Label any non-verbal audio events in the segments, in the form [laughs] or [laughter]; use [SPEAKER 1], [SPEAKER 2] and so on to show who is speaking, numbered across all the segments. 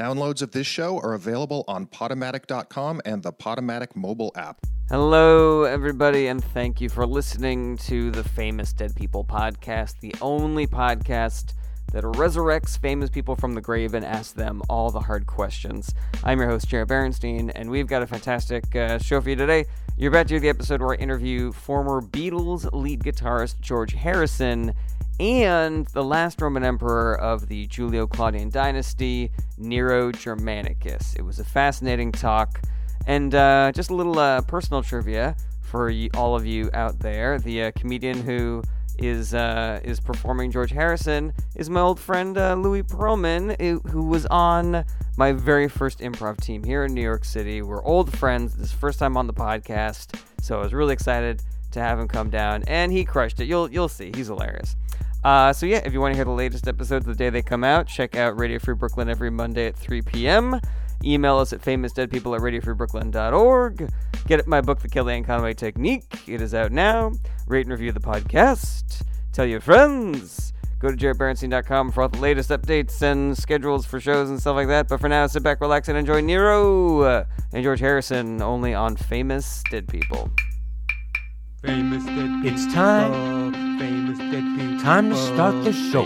[SPEAKER 1] Downloads of this show are available on Potomatic.com and the Potomatic mobile app.
[SPEAKER 2] Hello, everybody, and thank you for listening to the Famous Dead People podcast, the only podcast that resurrects famous people from the grave and asks them all the hard questions. I'm your host, Jared Berenstein, and we've got a fantastic uh, show for you today. You're about to hear the episode where I interview former Beatles lead guitarist George Harrison and the last Roman emperor of the Julio Claudian dynasty, Nero Germanicus. It was a fascinating talk. And uh, just a little uh, personal trivia for y- all of you out there: the uh, comedian who is uh, is performing George Harrison is my old friend uh, Louis Perlman, i- who was on my very first improv team here in New York City. We're old friends. This is his first time on the podcast, so I was really excited to have him come down, and he crushed it. You'll you'll see, he's hilarious. Uh, so yeah, if you want to hear the latest episodes the day they come out, check out Radio Free Brooklyn every Monday at 3 p.m. Email us at famousdeadpeople at radiofreebrooklyn.org. Get my book, The Kellyanne Conway Technique. It is out now. Rate and review the podcast. Tell your friends. Go to jaredberenstein.com for all the latest updates and schedules for shows and stuff like that. But for now, sit back, relax, and enjoy Nero uh, and George Harrison only on Famous Dead People.
[SPEAKER 3] Famous dead people.
[SPEAKER 4] It's time.
[SPEAKER 3] Famous dead people.
[SPEAKER 4] Time to start the show.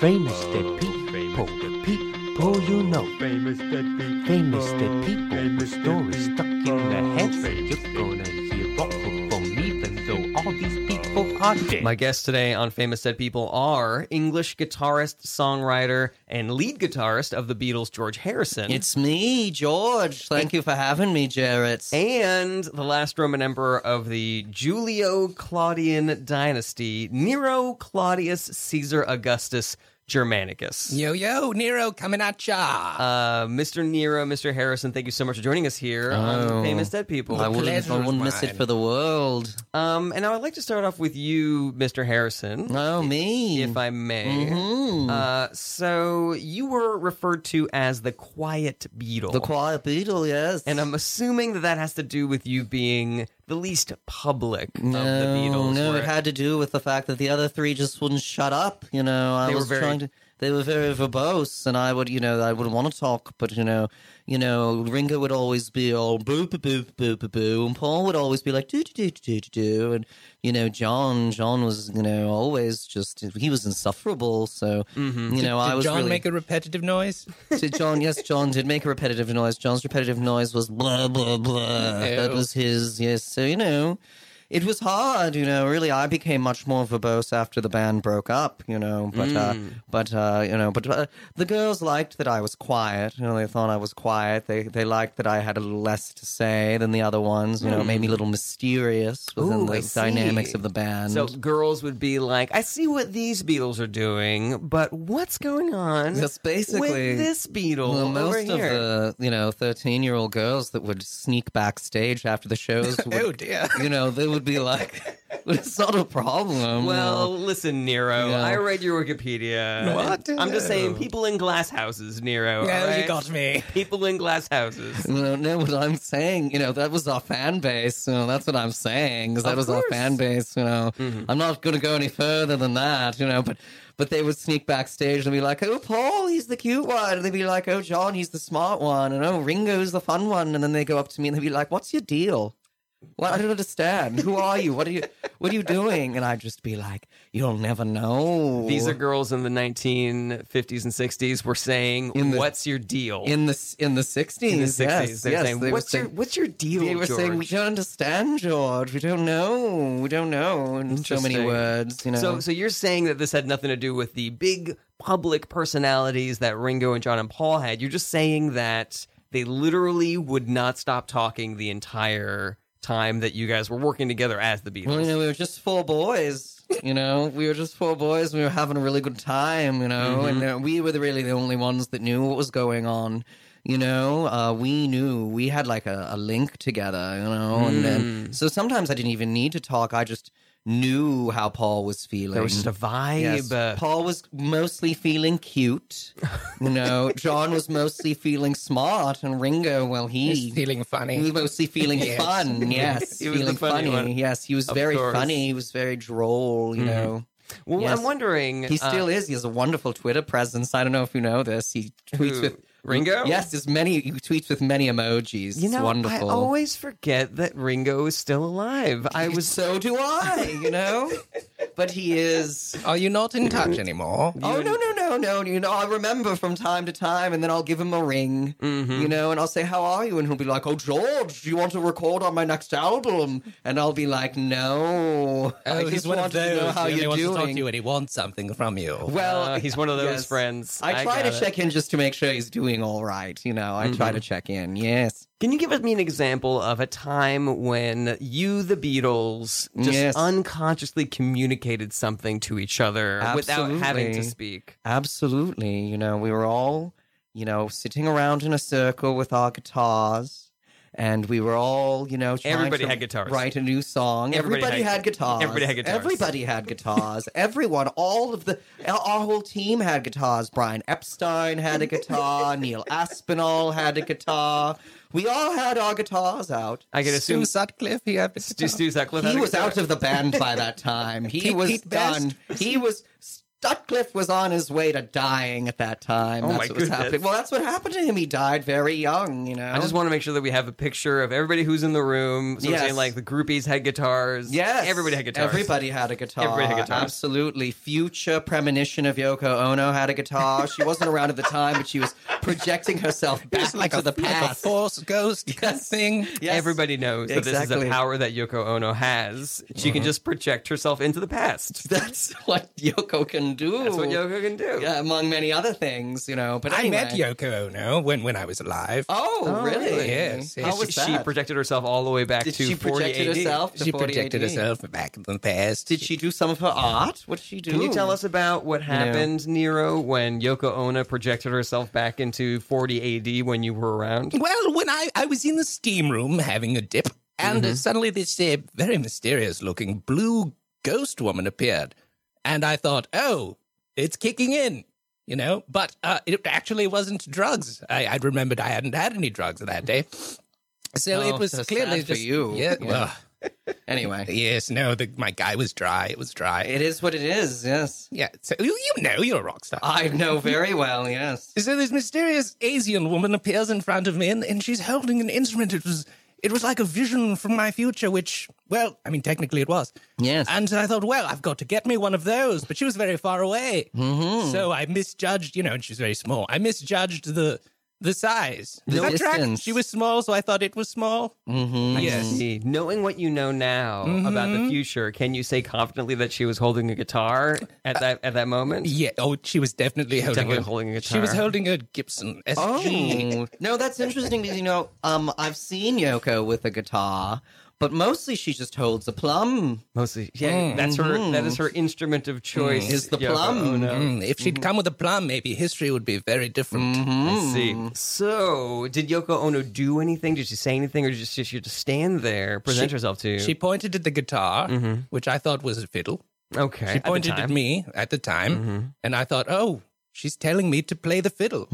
[SPEAKER 3] Famous dead people.
[SPEAKER 4] Oh, Famous dead people, people you know.
[SPEAKER 3] Famous dead people.
[SPEAKER 4] Famous dead people with
[SPEAKER 3] Famous dead
[SPEAKER 4] stories stuck in their heads.
[SPEAKER 3] Famous
[SPEAKER 4] You're gonna hear all from even though all these people are dead.
[SPEAKER 5] My guests today on Famous Dead People are English guitarist, songwriter, and lead guitarist of the Beatles, George Harrison.
[SPEAKER 6] It's me, George. Thank you for having me, Jarrett.
[SPEAKER 5] and the last Roman emperor of the Julio Claudian dynasty, Nero Claudius Caesar Augustus Germanicus.
[SPEAKER 6] Yo, yo, Nero coming at ya.
[SPEAKER 5] Uh, Mr. Nero, Mr. Harrison, thank you so much for joining us here
[SPEAKER 6] Oh.
[SPEAKER 5] on Famous Dead People.
[SPEAKER 6] I wouldn't, I
[SPEAKER 4] pleasure's
[SPEAKER 6] wouldn't miss
[SPEAKER 4] mine.
[SPEAKER 6] it for the world.
[SPEAKER 5] Um, and now I'd like to start off with you, Mr. Harrison.
[SPEAKER 6] Oh, me.
[SPEAKER 5] if I may.
[SPEAKER 6] Mhm.
[SPEAKER 5] Uh, so you were referred to as the Quiet Beetle.
[SPEAKER 6] the Quiet Beetle, yes.
[SPEAKER 5] and I'm assuming that that has to do with you being the least public
[SPEAKER 6] no,
[SPEAKER 5] of the Beatles.
[SPEAKER 6] no,
[SPEAKER 5] where-
[SPEAKER 6] it had to do with the fact that the other three just wouldn't shut up. You know, I
[SPEAKER 5] They were
[SPEAKER 6] was
[SPEAKER 5] very-
[SPEAKER 6] trying to. They were very verbose, and I would, you know, I would want to talk, but you know, you know, Ringo would always be all boo boo boo boo boo boo, and Paul would always be like do do do do do do, and you know, John, John was, you know, always just he was insufferable. So
[SPEAKER 5] Mm-hmm.
[SPEAKER 6] you know, I
[SPEAKER 7] Did
[SPEAKER 6] was
[SPEAKER 7] John
[SPEAKER 6] really.
[SPEAKER 7] make a
[SPEAKER 6] [laughs]
[SPEAKER 7] repetitive noise?
[SPEAKER 6] So John, yes, John did make a repetitive noise. John's repetitive noise was blah blah blah. That
[SPEAKER 7] Ew.
[SPEAKER 6] was his. Yes, so you know, it was hard. You know, really, I became much more verbose after the band broke up. You know, but
[SPEAKER 5] Mm.
[SPEAKER 6] uh, but uh, you know, but uh, the girls liked that I was quiet. You know, they thought I was quiet. They they liked that I had a little less to say than the other ones. You know, it made me a little mysterious
[SPEAKER 5] Hmm.
[SPEAKER 6] within
[SPEAKER 5] Ooh, I
[SPEAKER 6] the
[SPEAKER 5] see.
[SPEAKER 6] dynamics of the band.
[SPEAKER 5] So girls would be like, I see what these Beatles are doing, but what's going on?
[SPEAKER 6] That's basically-
[SPEAKER 5] with this Beatle
[SPEAKER 6] Well,
[SPEAKER 5] over
[SPEAKER 6] most of
[SPEAKER 5] here.
[SPEAKER 6] the you know thirteen year old girls that would sneak backstage after the shows. Would,
[SPEAKER 7] Oh, dear.
[SPEAKER 6] You know they would be like, [laughs] "It's not a problem."
[SPEAKER 5] Well, listen, Nero.
[SPEAKER 6] Yeah.
[SPEAKER 5] I read your Wikipedia.
[SPEAKER 7] What?
[SPEAKER 5] I'm just saying, people in glass houses, Nero.
[SPEAKER 7] Yeah,
[SPEAKER 5] all right?
[SPEAKER 7] you got me.
[SPEAKER 5] people in glass houses.
[SPEAKER 6] You know, no, what I'm saying, you know, that was our fan base. You know, that's what I'm saying. Is that
[SPEAKER 5] Of
[SPEAKER 6] was
[SPEAKER 5] course. Mm-hmm.
[SPEAKER 6] our fan base. You know, I'm not going to go any further than that. You know, but but they would sneak backstage and be like, "Oh, Paul, he's the cute one," and they'd be like, "Oh, John, he's the smart one," and "Oh, Ringo's the fun one," and then they go up to me and they'd be like, "What's your deal?" Well, I don't understand. Who are you? What are you? What are you doing? And I'd just be like, "You'll never know."
[SPEAKER 5] These are girls in the 1950s and 60s were saying,
[SPEAKER 6] In the-
[SPEAKER 5] "What's your deal?"
[SPEAKER 6] in the in the sixties.
[SPEAKER 5] In the 60s,
[SPEAKER 6] yes,
[SPEAKER 5] they're
[SPEAKER 6] yes,
[SPEAKER 5] saying,
[SPEAKER 6] they were
[SPEAKER 5] "What's your
[SPEAKER 6] saying-
[SPEAKER 5] What's your deal?"
[SPEAKER 6] They were saying we
[SPEAKER 5] George?"
[SPEAKER 6] don't understand, George. We don't know. We don't know. And so many
[SPEAKER 5] Interesting.
[SPEAKER 6] words, you know.
[SPEAKER 5] So, so you're saying that this had nothing to do with the big public personalities that Ringo and John and Paul had. You're just saying that they literally would not stop talking the entire time that you guys were working together as the Beatles.
[SPEAKER 6] well, you know, we were just four boys. You know, we were just four boys. and We were having a really good time. You know, and
[SPEAKER 5] Mm-hmm.
[SPEAKER 6] uh, we were the, really the only ones that knew what was going on. You know, uh, we knew we had like a, a link together. You know, and then
[SPEAKER 5] Mm.
[SPEAKER 6] so sometimes I didn't even need to talk. I just knew how Paul was feeling.
[SPEAKER 5] there was just a vibe.
[SPEAKER 6] mm, Yes. uh, Paul was mostly feeling cute. You
[SPEAKER 5] [laughs]
[SPEAKER 6] know, John was mostly feeling smart, and Ringo, well, he.
[SPEAKER 7] He's feeling
[SPEAKER 6] he was
[SPEAKER 7] funny.
[SPEAKER 6] mostly feeling
[SPEAKER 7] Yes.
[SPEAKER 6] fun,
[SPEAKER 5] [laughs]
[SPEAKER 6] yes.
[SPEAKER 5] He was the
[SPEAKER 6] feeling
[SPEAKER 5] funny one.
[SPEAKER 6] Yes, he was
[SPEAKER 5] Of
[SPEAKER 6] very
[SPEAKER 5] course.
[SPEAKER 6] funny. He was very droll, you know.
[SPEAKER 5] well,
[SPEAKER 6] yes.
[SPEAKER 5] I'm wondering.
[SPEAKER 6] He
[SPEAKER 5] uh,
[SPEAKER 6] still is. He has a wonderful Twitter presence. I don't know if you know this. He tweets
[SPEAKER 5] Who?
[SPEAKER 6] with
[SPEAKER 5] Ringo?
[SPEAKER 6] Yes, there's many you tweets with many emojis.
[SPEAKER 5] You know,
[SPEAKER 6] it's wonderful.
[SPEAKER 5] I always forget that Ringo is still alive. I was
[SPEAKER 6] so do I, you
[SPEAKER 5] [laughs]
[SPEAKER 6] know? but he is
[SPEAKER 7] Are you not in touch anymore?
[SPEAKER 6] Oh no no no no! You know I remember from time to time, and then I'll give him a ring,
[SPEAKER 7] Mm-hmm.
[SPEAKER 6] you know, and I'll say how are you, and he'll be like, "Oh George, do you want to record on my next album?" And I'll be like, "No, I
[SPEAKER 7] Oh, he's
[SPEAKER 6] just
[SPEAKER 7] one of
[SPEAKER 6] wanted
[SPEAKER 7] those.
[SPEAKER 6] to know how
[SPEAKER 7] he only
[SPEAKER 6] you're
[SPEAKER 7] wants to talk
[SPEAKER 6] doing."
[SPEAKER 7] to you Ah, and he wants something from you.
[SPEAKER 5] well.
[SPEAKER 6] Well,
[SPEAKER 5] Uh, he's one of those
[SPEAKER 6] yes.
[SPEAKER 5] friends.
[SPEAKER 6] I
[SPEAKER 5] got
[SPEAKER 6] try to
[SPEAKER 5] it.
[SPEAKER 6] check in just to make sure he's doing all right. You know, I
[SPEAKER 7] Mm-hmm.
[SPEAKER 6] try to check in. Yes,
[SPEAKER 5] Can you give me an example of a time when you, the Beatles, just
[SPEAKER 6] Yes.
[SPEAKER 5] unconsciously communicated something to each other without having to
[SPEAKER 6] Absolutely.
[SPEAKER 5] speak?
[SPEAKER 6] absolutely. You know, we were all, you know, sitting around in a circle with our guitars. And we were all, you know, trying
[SPEAKER 5] Everybody
[SPEAKER 6] to
[SPEAKER 5] had guitars.
[SPEAKER 6] write a new song.
[SPEAKER 5] Everybody
[SPEAKER 6] Everybody,
[SPEAKER 5] had-
[SPEAKER 6] had, guitars.
[SPEAKER 5] everybody had guitars.
[SPEAKER 6] Everybody had guitars. [laughs] Everyone, all of the, our whole team had guitars. Brian Epstein had
[SPEAKER 5] [laughs]
[SPEAKER 6] a guitar. Neil Aspinall had a guitar. We all had our guitars out.
[SPEAKER 5] I can assume
[SPEAKER 7] Stu Sutcliffe, he had
[SPEAKER 5] Stu, Stu Sutcliffe. had
[SPEAKER 6] he
[SPEAKER 5] a
[SPEAKER 6] was
[SPEAKER 5] guitar.
[SPEAKER 6] out of the
[SPEAKER 5] [laughs]
[SPEAKER 6] band by that time. He
[SPEAKER 7] Pete-
[SPEAKER 6] was
[SPEAKER 7] Pete Best?
[SPEAKER 6] done. He was Sutcliffe was on his way to dying at that time.
[SPEAKER 5] Oh,
[SPEAKER 6] that's
[SPEAKER 5] my
[SPEAKER 6] what was happening.
[SPEAKER 5] goodness.
[SPEAKER 6] Well, that's what happened to him. He died very young. You know.
[SPEAKER 5] I just want to make sure that we have a picture of everybody who's in the room. So I'm
[SPEAKER 6] Yes.
[SPEAKER 5] saying like the groupies had guitars.
[SPEAKER 6] Yes,
[SPEAKER 5] Everybody had guitars.
[SPEAKER 6] Everybody had a guitar.
[SPEAKER 5] Everybody had guitars.
[SPEAKER 6] Absolutely. Future premonition of Yoko Ono had a guitar. She wasn't around at the time, but she was projecting herself back
[SPEAKER 7] It's like
[SPEAKER 6] into
[SPEAKER 7] a,
[SPEAKER 6] the
[SPEAKER 7] like a
[SPEAKER 6] past.
[SPEAKER 7] force ghost thing.
[SPEAKER 6] Yes.
[SPEAKER 5] Everybody knows that this is a
[SPEAKER 6] Exactly.
[SPEAKER 5] power that Yoko Ono has. She can just project herself into the past.
[SPEAKER 6] That's what Yoko can do.
[SPEAKER 5] That's what Yoko can do.
[SPEAKER 6] Yeah, among many other things, you know. But
[SPEAKER 7] I
[SPEAKER 6] anyway.
[SPEAKER 7] met Yoko Ono when, when I was alive.
[SPEAKER 6] Oh, really?
[SPEAKER 7] Yes, yes.
[SPEAKER 6] How was
[SPEAKER 5] she
[SPEAKER 6] that?
[SPEAKER 5] projected herself all the way back
[SPEAKER 6] Did
[SPEAKER 5] to E
[SPEAKER 6] she
[SPEAKER 5] 40
[SPEAKER 6] projected
[SPEAKER 5] AD.
[SPEAKER 6] herself? To
[SPEAKER 7] she
[SPEAKER 6] 40
[SPEAKER 7] projected
[SPEAKER 6] AD?
[SPEAKER 7] herself back in the past.
[SPEAKER 6] Did she do some of her art? What did she do?
[SPEAKER 5] Can you tell us about what happened, Nero, when Yoko Ono projected herself back into 40 AD when you were around?
[SPEAKER 7] Well, when I, I was in the steam room having a dip, and
[SPEAKER 6] Mm-hmm.
[SPEAKER 7] uh, suddenly this uh, very mysterious looking blue ghost woman appeared. And I thought, oh, it's kicking in, you know? But uh, it actually wasn't drugs. I, I'd remembered I hadn't had any drugs that day. So
[SPEAKER 6] Oh,
[SPEAKER 7] it was
[SPEAKER 6] so sad
[SPEAKER 7] clearly
[SPEAKER 6] for
[SPEAKER 7] just
[SPEAKER 6] you.
[SPEAKER 7] Yeah,
[SPEAKER 6] Yeah.
[SPEAKER 7] well,
[SPEAKER 6] Anyway,
[SPEAKER 7] yes, no, the, my guy was dry. It was dry.
[SPEAKER 6] it is what it is. Yes,
[SPEAKER 7] Yeah, so you, you know you're a rock star.
[SPEAKER 6] I [laughs] know very well. Yes.
[SPEAKER 7] So this mysterious Asian woman appears in front of me, and, and she's holding an instrument. It was it was like a vision from my future, which well, I mean, technically it was.
[SPEAKER 6] Yes.
[SPEAKER 7] And I thought, well, I've got to get me one of those, but she was very far away,
[SPEAKER 6] Mm-hmm.
[SPEAKER 7] so I misjudged. You know, and she's very small. I misjudged the the size.
[SPEAKER 6] The
[SPEAKER 7] Does that track?
[SPEAKER 6] distance.
[SPEAKER 7] She was small, so I thought it was small.
[SPEAKER 6] Mm-hmm.
[SPEAKER 7] Yes. Mm-hmm.
[SPEAKER 5] See, knowing what you know now about the future, can you say confidently that she was holding a guitar
[SPEAKER 7] Uh,
[SPEAKER 5] at that at that moment?
[SPEAKER 7] Yeah. Oh, she was definitely holding
[SPEAKER 5] Definitely
[SPEAKER 7] a,
[SPEAKER 5] holding a
[SPEAKER 7] She was
[SPEAKER 5] guitar.
[SPEAKER 7] holding a Gibson SG.
[SPEAKER 6] Oh no, that's interesting because you know, um, I've seen Yoko with a guitar, but mostly she just holds a plum.
[SPEAKER 5] Mostly, yeah.
[SPEAKER 7] mm-hmm.
[SPEAKER 5] That's her. That is her instrument of choice.
[SPEAKER 6] Is the
[SPEAKER 5] Yoko
[SPEAKER 6] plum.
[SPEAKER 5] Ono.
[SPEAKER 7] Mm, if
[SPEAKER 5] Mm-hmm.
[SPEAKER 7] she'd come with a plum, maybe history would be very different.
[SPEAKER 6] Mm-hmm.
[SPEAKER 5] I see. So, did Yoko Ono do anything? Did she say anything, or did she just, she just stand there, present herself to you?
[SPEAKER 7] She pointed at the guitar, which I thought was a fiddle.
[SPEAKER 5] okay. Mm-hmm.
[SPEAKER 7] She
[SPEAKER 5] at the
[SPEAKER 7] pointed at,
[SPEAKER 5] time. Mm-hmm.
[SPEAKER 7] me at the time, and I thought, oh, she's telling me to play the fiddle.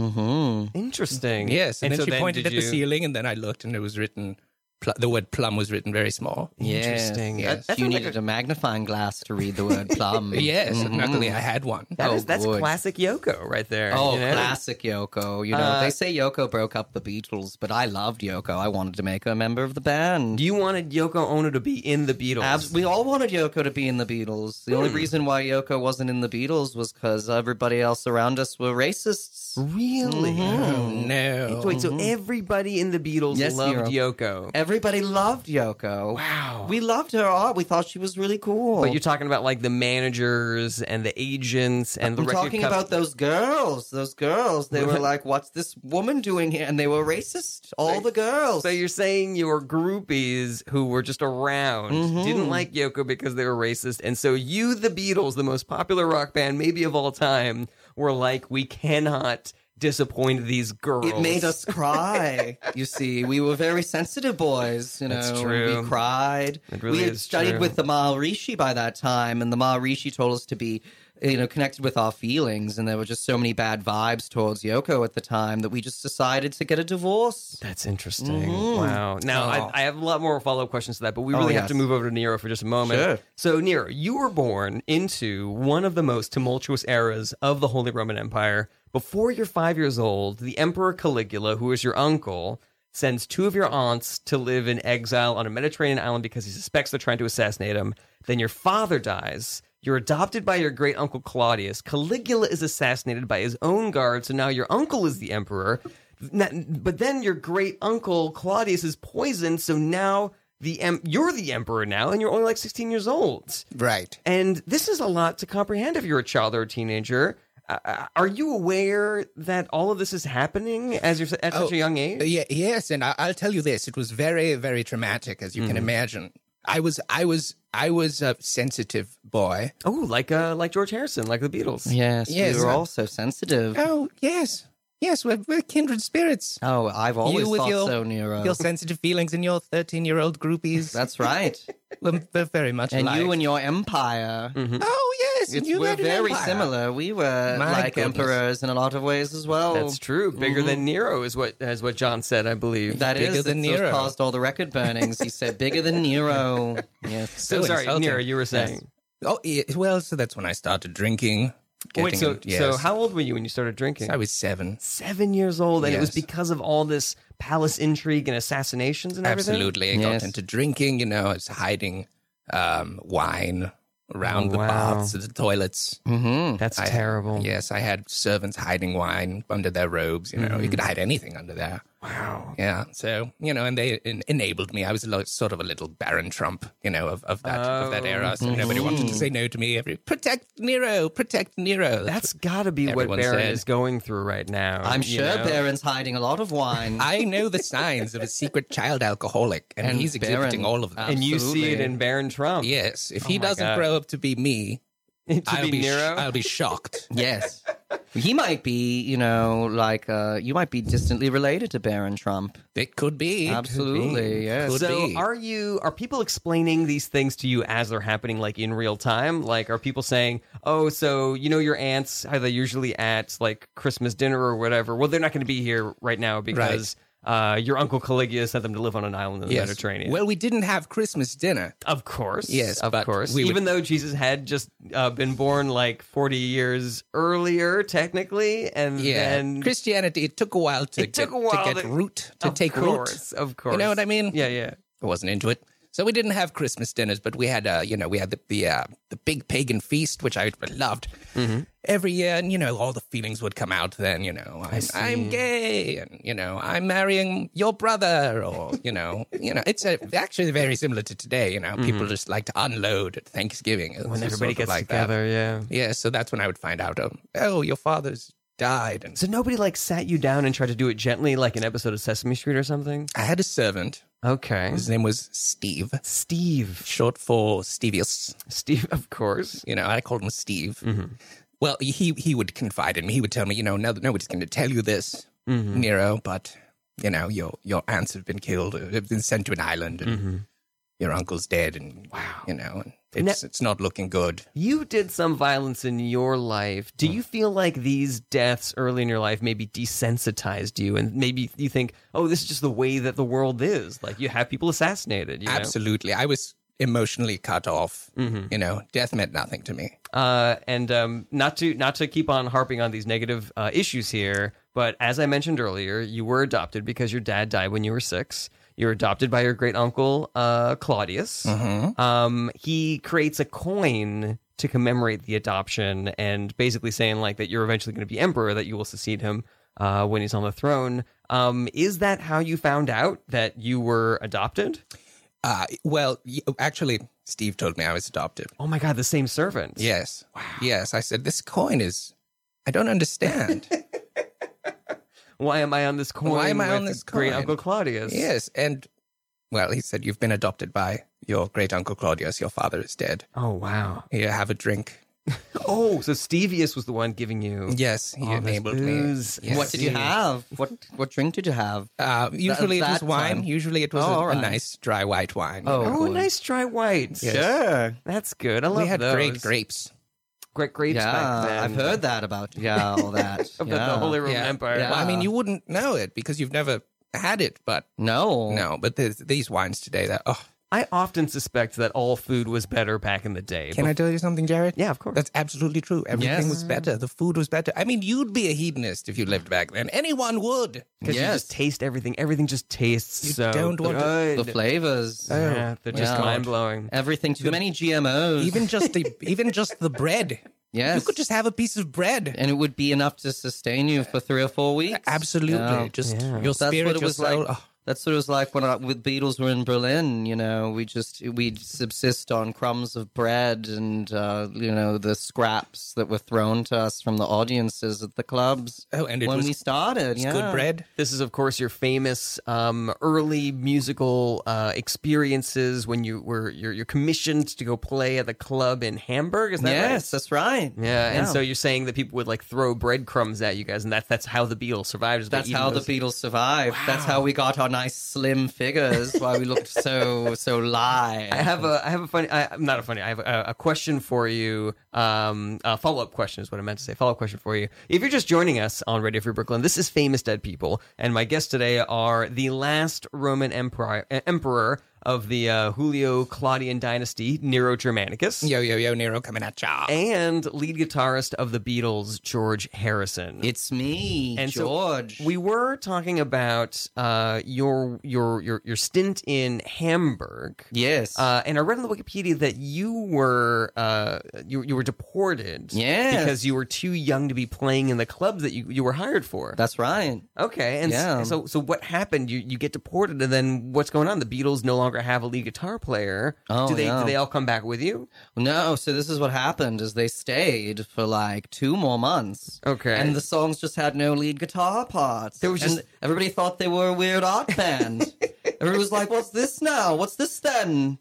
[SPEAKER 5] Interesting.
[SPEAKER 7] Yes, and, then
[SPEAKER 5] Mm-hmm. so
[SPEAKER 7] she pointed
[SPEAKER 5] did
[SPEAKER 7] at the
[SPEAKER 5] you-
[SPEAKER 7] ceiling, and then I looked, and it was written. Pl- the word plum was written very small.
[SPEAKER 5] Interesting.
[SPEAKER 7] Yes.
[SPEAKER 5] That- that
[SPEAKER 6] you
[SPEAKER 5] sounds like
[SPEAKER 6] needed a... magnifying glass to read the word [laughs] plum. Mm-hmm.
[SPEAKER 7] Yes, and luckily I had one.
[SPEAKER 5] Mm-hmm. That is,
[SPEAKER 6] Oh,
[SPEAKER 5] that's
[SPEAKER 6] good.
[SPEAKER 5] classic Yoko right there.
[SPEAKER 6] Oh,
[SPEAKER 5] you know?
[SPEAKER 6] classic Yoko. You know,
[SPEAKER 5] Uh,
[SPEAKER 6] they say Yoko broke up the Beatles, but I loved Yoko. I wanted to make her a member of the band.
[SPEAKER 5] You wanted Yoko Ono to be in the Beatles. Hmm.
[SPEAKER 6] Abs- we all wanted Yoko to be in the Beatles. The only reason why Yoko wasn't in the Beatles was because everybody else around us were racists.
[SPEAKER 5] Really?
[SPEAKER 7] Oh, no.
[SPEAKER 5] Mm-hmm. Wait,
[SPEAKER 6] Mm-hmm.
[SPEAKER 5] so everybody in the Beatles
[SPEAKER 6] Yes,
[SPEAKER 5] loved Yoko.
[SPEAKER 6] Everybody loved Yoko.
[SPEAKER 5] Wow.
[SPEAKER 6] We loved her art. We thought she was really cool.
[SPEAKER 5] but you're talking about like the managers and the agents and the
[SPEAKER 6] I'm
[SPEAKER 5] record
[SPEAKER 6] talking
[SPEAKER 5] co-
[SPEAKER 6] about those girls. Those girls. They
[SPEAKER 5] [laughs]
[SPEAKER 6] were like, "What's this woman doing here?" And they were racist. All the girls.
[SPEAKER 5] So you're saying your groupies who were just around
[SPEAKER 6] Mm-hmm.
[SPEAKER 5] didn't like Yoko because they were racist, and so you, the Beatles, the most popular rock band maybe of all time, were like, we cannot disappoint these girls.
[SPEAKER 6] It made us cry. you see, we were very sensitive boys. You know,
[SPEAKER 5] That's true.
[SPEAKER 6] we cried.
[SPEAKER 5] It really
[SPEAKER 6] we had
[SPEAKER 5] is
[SPEAKER 6] studied
[SPEAKER 5] true.
[SPEAKER 6] with the Maharishi by that time, and the Maharishi told us to be you know, connected with our feelings, and there were just so many bad vibes towards Yoko at the time that we just decided to get a divorce.
[SPEAKER 5] That's interesting.
[SPEAKER 6] Mm.
[SPEAKER 5] Wow. Now,
[SPEAKER 6] Oh.
[SPEAKER 5] I, I have a lot more follow up questions to that, but we
[SPEAKER 6] Oh,
[SPEAKER 5] really have to
[SPEAKER 6] yes.
[SPEAKER 5] move over to Nero for just a moment.
[SPEAKER 6] Sure.
[SPEAKER 5] So, Nero, you were born into one of the most tumultuous eras of the Holy Roman Empire. Before you're five years old, the Emperor Caligula, who is your uncle, sends two of your aunts to live in exile on a Mediterranean island because he suspects they're trying to assassinate him. Then your father dies. You're adopted by your great uncle Claudius. Caligula is assassinated by his own guard, so now your uncle is the emperor. Na- But then your great uncle Claudius is poisoned, so now the em- you're the emperor now, and you're only like 16 years old.
[SPEAKER 7] Right.
[SPEAKER 5] And this is a lot to comprehend if you're a child or a teenager. Uh, are you aware that all of this is happening as you're at
[SPEAKER 7] Oh,
[SPEAKER 5] such a young age?
[SPEAKER 7] Yeah, yes, and I, I'll tell you this: it was very, very traumatic, as you can
[SPEAKER 5] Mm-hmm.
[SPEAKER 7] imagine. I was, I was, I was a sensitive boy.
[SPEAKER 5] Oh, like uh, like George Harrison, like the Beatles.
[SPEAKER 6] Yes,
[SPEAKER 7] Yes.
[SPEAKER 6] we were all so sensitive.
[SPEAKER 7] Oh yes, yes, we're, we're kindred spirits.
[SPEAKER 6] Oh, I've always
[SPEAKER 7] with
[SPEAKER 6] thought
[SPEAKER 7] your-
[SPEAKER 6] so, Nero.
[SPEAKER 7] Your sensitive feelings and your thirteen-year-old groupies.
[SPEAKER 6] Uh, [laughs] That's right.
[SPEAKER 7] we're, we're very much
[SPEAKER 6] and
[SPEAKER 7] alike.
[SPEAKER 6] you and your empire.
[SPEAKER 7] oh yes, and
[SPEAKER 6] It's-
[SPEAKER 7] you
[SPEAKER 6] we're
[SPEAKER 7] had an
[SPEAKER 6] very
[SPEAKER 7] empire.
[SPEAKER 6] similar. We were
[SPEAKER 7] My
[SPEAKER 6] like
[SPEAKER 7] goodness.
[SPEAKER 6] emperors in a lot of ways as well.
[SPEAKER 7] Oh,
[SPEAKER 5] That's true. Bigger
[SPEAKER 7] mm-hmm.
[SPEAKER 5] than Nero is what is what John said, I believe.
[SPEAKER 6] That is
[SPEAKER 7] Bigger than
[SPEAKER 6] that's what
[SPEAKER 7] Nero.
[SPEAKER 6] caused all the record burnings. he said, "Bigger than [laughs] Nero." Yes.
[SPEAKER 5] so,
[SPEAKER 6] [laughs]
[SPEAKER 7] so
[SPEAKER 5] sorry,
[SPEAKER 7] insulting.
[SPEAKER 5] Nero, you were saying.
[SPEAKER 7] Oh yeah, well, so that's when I started drinking.
[SPEAKER 5] Wait,
[SPEAKER 7] getting
[SPEAKER 5] so
[SPEAKER 7] in- yes.
[SPEAKER 5] so how old were you when you started drinking?
[SPEAKER 7] I was seven.
[SPEAKER 5] Seven years old, and it was
[SPEAKER 7] Yes.
[SPEAKER 5] because of all this palace intrigue and assassinations and everything.
[SPEAKER 7] Absolutely, I
[SPEAKER 6] Yes.
[SPEAKER 7] got into drinking. You know, I was hiding um, wine around
[SPEAKER 5] Oh,
[SPEAKER 7] the
[SPEAKER 5] wow.
[SPEAKER 7] baths, the toilets.
[SPEAKER 6] Mm-hmm.
[SPEAKER 5] That's
[SPEAKER 7] Hmm. I-
[SPEAKER 5] terrible.
[SPEAKER 7] Yes, I had servants hiding wine under their robes. You know, you could hide anything under there.
[SPEAKER 5] Mm-hmm. Wow.
[SPEAKER 7] Yeah. So you know, and they en- enabled me. I was a lo- sort of a little Baron Trump, you know, of, of that of that
[SPEAKER 5] Oh.
[SPEAKER 7] era. So nobody wanted to say no to me. Every protect Nero, protect Nero.
[SPEAKER 5] That's got to be
[SPEAKER 7] Everyone
[SPEAKER 5] what Baron
[SPEAKER 7] said.
[SPEAKER 5] is going through right now.
[SPEAKER 6] I'm
[SPEAKER 5] you
[SPEAKER 6] sure
[SPEAKER 5] know?
[SPEAKER 6] Baron's hiding a lot of
[SPEAKER 5] [laughs]
[SPEAKER 6] wine.
[SPEAKER 7] I know the signs of a secret child alcoholic, and,
[SPEAKER 6] And
[SPEAKER 7] he's exhibiting
[SPEAKER 6] Baron.
[SPEAKER 7] all of that.
[SPEAKER 5] And you see it
[SPEAKER 6] Absolutely.
[SPEAKER 5] in Baron Trump.
[SPEAKER 7] yes, if
[SPEAKER 5] Oh
[SPEAKER 7] he
[SPEAKER 5] my
[SPEAKER 7] doesn't
[SPEAKER 5] God.
[SPEAKER 7] grow up to be me,
[SPEAKER 5] [laughs] to
[SPEAKER 7] I'll
[SPEAKER 5] be,
[SPEAKER 7] be, sh-
[SPEAKER 5] Nero.
[SPEAKER 7] I'll be shocked.
[SPEAKER 6] yes. He might be, you know, like uh, you might be distantly related to Baron Trump.
[SPEAKER 7] It could be.
[SPEAKER 6] Absolutely, yes.
[SPEAKER 7] Could
[SPEAKER 5] so
[SPEAKER 7] be.
[SPEAKER 5] are you are people explaining these things to you as they're happening like in real time like are people saying oh so you know your aunts are they usually at like christmas dinner or whatever well they're not going to be here right now because uh, your uncle caligula sent them to live on an island in the
[SPEAKER 7] Yes.
[SPEAKER 5] mediterranean
[SPEAKER 7] Well, we didn't have Christmas dinner.
[SPEAKER 5] of course
[SPEAKER 7] Yes,
[SPEAKER 5] of
[SPEAKER 7] but
[SPEAKER 5] course
[SPEAKER 7] we would-
[SPEAKER 5] even though jesus had just uh, been born like 40 years earlier technically and
[SPEAKER 7] Yeah,
[SPEAKER 5] then
[SPEAKER 7] Christianity. It took a while to
[SPEAKER 5] It took
[SPEAKER 7] get,
[SPEAKER 5] a while
[SPEAKER 7] to get
[SPEAKER 5] to-
[SPEAKER 7] root to
[SPEAKER 5] of
[SPEAKER 7] take root.
[SPEAKER 5] course of course
[SPEAKER 7] You know what I mean?
[SPEAKER 5] yeah yeah
[SPEAKER 7] I wasn't into it, so we didn't have Christmas dinners, but we had, uh, you know, we had the the, uh, the big pagan feast, which I loved
[SPEAKER 5] Mm-hmm.
[SPEAKER 7] every year, and you know, all the feelings would come out then. You know, I'm, I'm gay, and you know, I'm marrying your brother, or you know, [laughs] you know, it's uh actually very similar to today. You know, people just like to unload at Thanksgiving It's
[SPEAKER 5] Mm-hmm. when
[SPEAKER 7] sort
[SPEAKER 5] everybody
[SPEAKER 7] of
[SPEAKER 5] gets
[SPEAKER 7] like that.
[SPEAKER 5] together yeah
[SPEAKER 7] Yeah, so that's when I would find out. Oh, oh your father's died, and
[SPEAKER 5] So nobody like sat you down and tried to do it gently, like an episode of Sesame Street or something.
[SPEAKER 7] I had a servant.
[SPEAKER 5] Okay,
[SPEAKER 7] His name was Steve,
[SPEAKER 5] Steve.
[SPEAKER 7] short for Stevius.
[SPEAKER 5] [laughs] Steve, of course.
[SPEAKER 7] You know, I called him Steve. Well, he he would confide in me. He would tell me, you know, no, nobody's going to tell you this, Nero, but you know, your your aunts have been killed, uh, have been sent to an island, and your uncle's dead, and wow, you know, and it's it's not looking good.
[SPEAKER 5] You did some violence in your life. Do you feel like these deaths early in your life maybe desensitized you, and maybe you think, "Oh, this is just the way that the world is." Like you have people assassinated. You know?
[SPEAKER 7] Absolutely, I was emotionally cut off. You know, death meant nothing to me.
[SPEAKER 5] Uh, and um, not to not to keep on harping on these negative uh, issues here, but as I mentioned earlier, you were adopted because your dad died when you were six. You were adopted by your great uncle uh, Claudius.
[SPEAKER 7] Mm-hmm.
[SPEAKER 5] Um, he creates a coin to commemorate the adoption, and basically saying like that you're eventually going to be emperor, that you will succeed him uh, when he's on the throne. Um, is that how you found out that you were adopted?
[SPEAKER 7] Uh, well, y- actually, Steve told me I was adopted.
[SPEAKER 5] Oh my god, the same servant.
[SPEAKER 7] Yes. Yes. I said, this coin is, I don't understand.
[SPEAKER 5] Why am I on this coin?
[SPEAKER 7] Why am I on
[SPEAKER 5] with
[SPEAKER 7] this
[SPEAKER 5] Great
[SPEAKER 7] coin?
[SPEAKER 5] Uncle Claudius.
[SPEAKER 7] yes. And, well, he said, you've been adopted by your great uncle Claudius. Your father is dead.
[SPEAKER 5] Oh wow.
[SPEAKER 7] Here, have a drink.
[SPEAKER 5] Oh, so Stevius was the one giving you.
[SPEAKER 7] Yes. He
[SPEAKER 5] all this
[SPEAKER 7] enabled
[SPEAKER 5] booze.
[SPEAKER 7] me. Yes.
[SPEAKER 6] What did you have? What what drink did you have?
[SPEAKER 7] Uh, usually it was
[SPEAKER 6] that
[SPEAKER 7] wine.
[SPEAKER 6] time?
[SPEAKER 7] Usually it was
[SPEAKER 6] Oh,
[SPEAKER 7] a,
[SPEAKER 6] all
[SPEAKER 7] a
[SPEAKER 6] right.
[SPEAKER 7] nice dry white wine.
[SPEAKER 6] Oh,
[SPEAKER 5] Oh,
[SPEAKER 6] good.
[SPEAKER 5] nice dry white.
[SPEAKER 7] Yes.
[SPEAKER 5] That's good. I love
[SPEAKER 7] We had
[SPEAKER 5] those.
[SPEAKER 7] great grapes.
[SPEAKER 2] great grapes back then.
[SPEAKER 6] yeah, I've heard that [laughs] about yeah all that.
[SPEAKER 2] About
[SPEAKER 6] yeah.
[SPEAKER 2] the Holy Roman
[SPEAKER 7] Yeah.
[SPEAKER 2] Empire.
[SPEAKER 6] Yeah.
[SPEAKER 7] Well, I mean,
[SPEAKER 6] Ah.
[SPEAKER 7] you wouldn't know it because you've never had it, but
[SPEAKER 6] no,
[SPEAKER 7] no, but there's these wines today that, oh,
[SPEAKER 5] I often suspect that all food was better back in the day.
[SPEAKER 7] can I tell you something, Jared?
[SPEAKER 5] Yeah, of course.
[SPEAKER 7] That's absolutely true. Everything
[SPEAKER 6] Yes.
[SPEAKER 7] was better. The food was better. I mean, you'd be a hedonist if you lived back then. Anyone would.
[SPEAKER 5] Because you just taste everything. Everything just tastes
[SPEAKER 7] You
[SPEAKER 5] so
[SPEAKER 7] don't want to-
[SPEAKER 5] good.
[SPEAKER 6] the flavors.
[SPEAKER 5] Yeah, they're just
[SPEAKER 6] Yeah.
[SPEAKER 5] mind blowing.
[SPEAKER 6] Everything. Too many GMOs.
[SPEAKER 7] Even
[SPEAKER 6] [laughs]
[SPEAKER 7] just the even just the bread.
[SPEAKER 6] yes,
[SPEAKER 7] You could just have a piece of bread.
[SPEAKER 6] and it would be enough to sustain you for three or four weeks.
[SPEAKER 7] Absolutely.
[SPEAKER 6] Yeah.
[SPEAKER 7] Just
[SPEAKER 5] Yeah.
[SPEAKER 7] your
[SPEAKER 6] That's
[SPEAKER 7] spirit,
[SPEAKER 6] what it
[SPEAKER 7] your
[SPEAKER 6] was
[SPEAKER 7] soul.
[SPEAKER 6] like.
[SPEAKER 7] Oh,
[SPEAKER 6] That's what it was like when I, with Beatles were in Berlin. You know, we just we'd subsist on crumbs of bread and uh, you know the scraps that were thrown to us from the audiences at the clubs
[SPEAKER 7] oh, and it
[SPEAKER 6] when
[SPEAKER 7] was
[SPEAKER 6] we started.
[SPEAKER 7] it's
[SPEAKER 6] yeah,
[SPEAKER 7] good bread.
[SPEAKER 5] This is, of course, your famous um, early musical uh, experiences when you were you're, you're commissioned to go play at the club in Hamburg. Is that
[SPEAKER 6] Yes,
[SPEAKER 5] right?
[SPEAKER 6] that's right.
[SPEAKER 5] Yeah, and so you're saying that people would like throw breadcrumbs at you guys, and that's that's how the Beatles survived. is by
[SPEAKER 6] That's
[SPEAKER 5] eating
[SPEAKER 6] how
[SPEAKER 5] those-
[SPEAKER 6] the Beatles survived. That's how we got our nice slim figures. why we looked
[SPEAKER 7] [laughs]
[SPEAKER 6] so so live.
[SPEAKER 5] I have a I have a funny I, I'm not a funny I have a, a question for you um a follow up question is what I meant to say follow up question for you if you're just joining us on Radio Free Brooklyn this is famous dead people and my guests today are the last Roman emperor eh, emperor of the uh, Julio Claudian dynasty Nero Germanicus
[SPEAKER 7] Yo, yo, yo, Nero coming at ya.
[SPEAKER 5] and lead guitarist of the Beatles George Harrison
[SPEAKER 6] It's me,
[SPEAKER 5] And so
[SPEAKER 6] George.
[SPEAKER 5] we were talking about uh, your your your your stint in Hamburg
[SPEAKER 6] yes.
[SPEAKER 5] uh, and I read on the Wikipedia that you were uh, you, you were deported,
[SPEAKER 6] Yes.
[SPEAKER 5] because you were too young to be playing in the clubs that you, you were hired for.
[SPEAKER 6] that's right.
[SPEAKER 5] okay, and s-
[SPEAKER 6] Yeah.
[SPEAKER 5] so so what happened? You you get deported, and then what's going on? The Beatles no longer have a lead guitar player.
[SPEAKER 6] Oh,
[SPEAKER 5] do they
[SPEAKER 6] yeah.
[SPEAKER 5] do they all come back with you?
[SPEAKER 6] No, so this is what happened is they stayed for like two more months.
[SPEAKER 5] Okay.
[SPEAKER 6] And the songs just had no lead guitar parts.
[SPEAKER 5] There was
[SPEAKER 6] And
[SPEAKER 5] just-
[SPEAKER 6] everybody thought they were a weird art band. Everybody was like, What's this now? What's this then?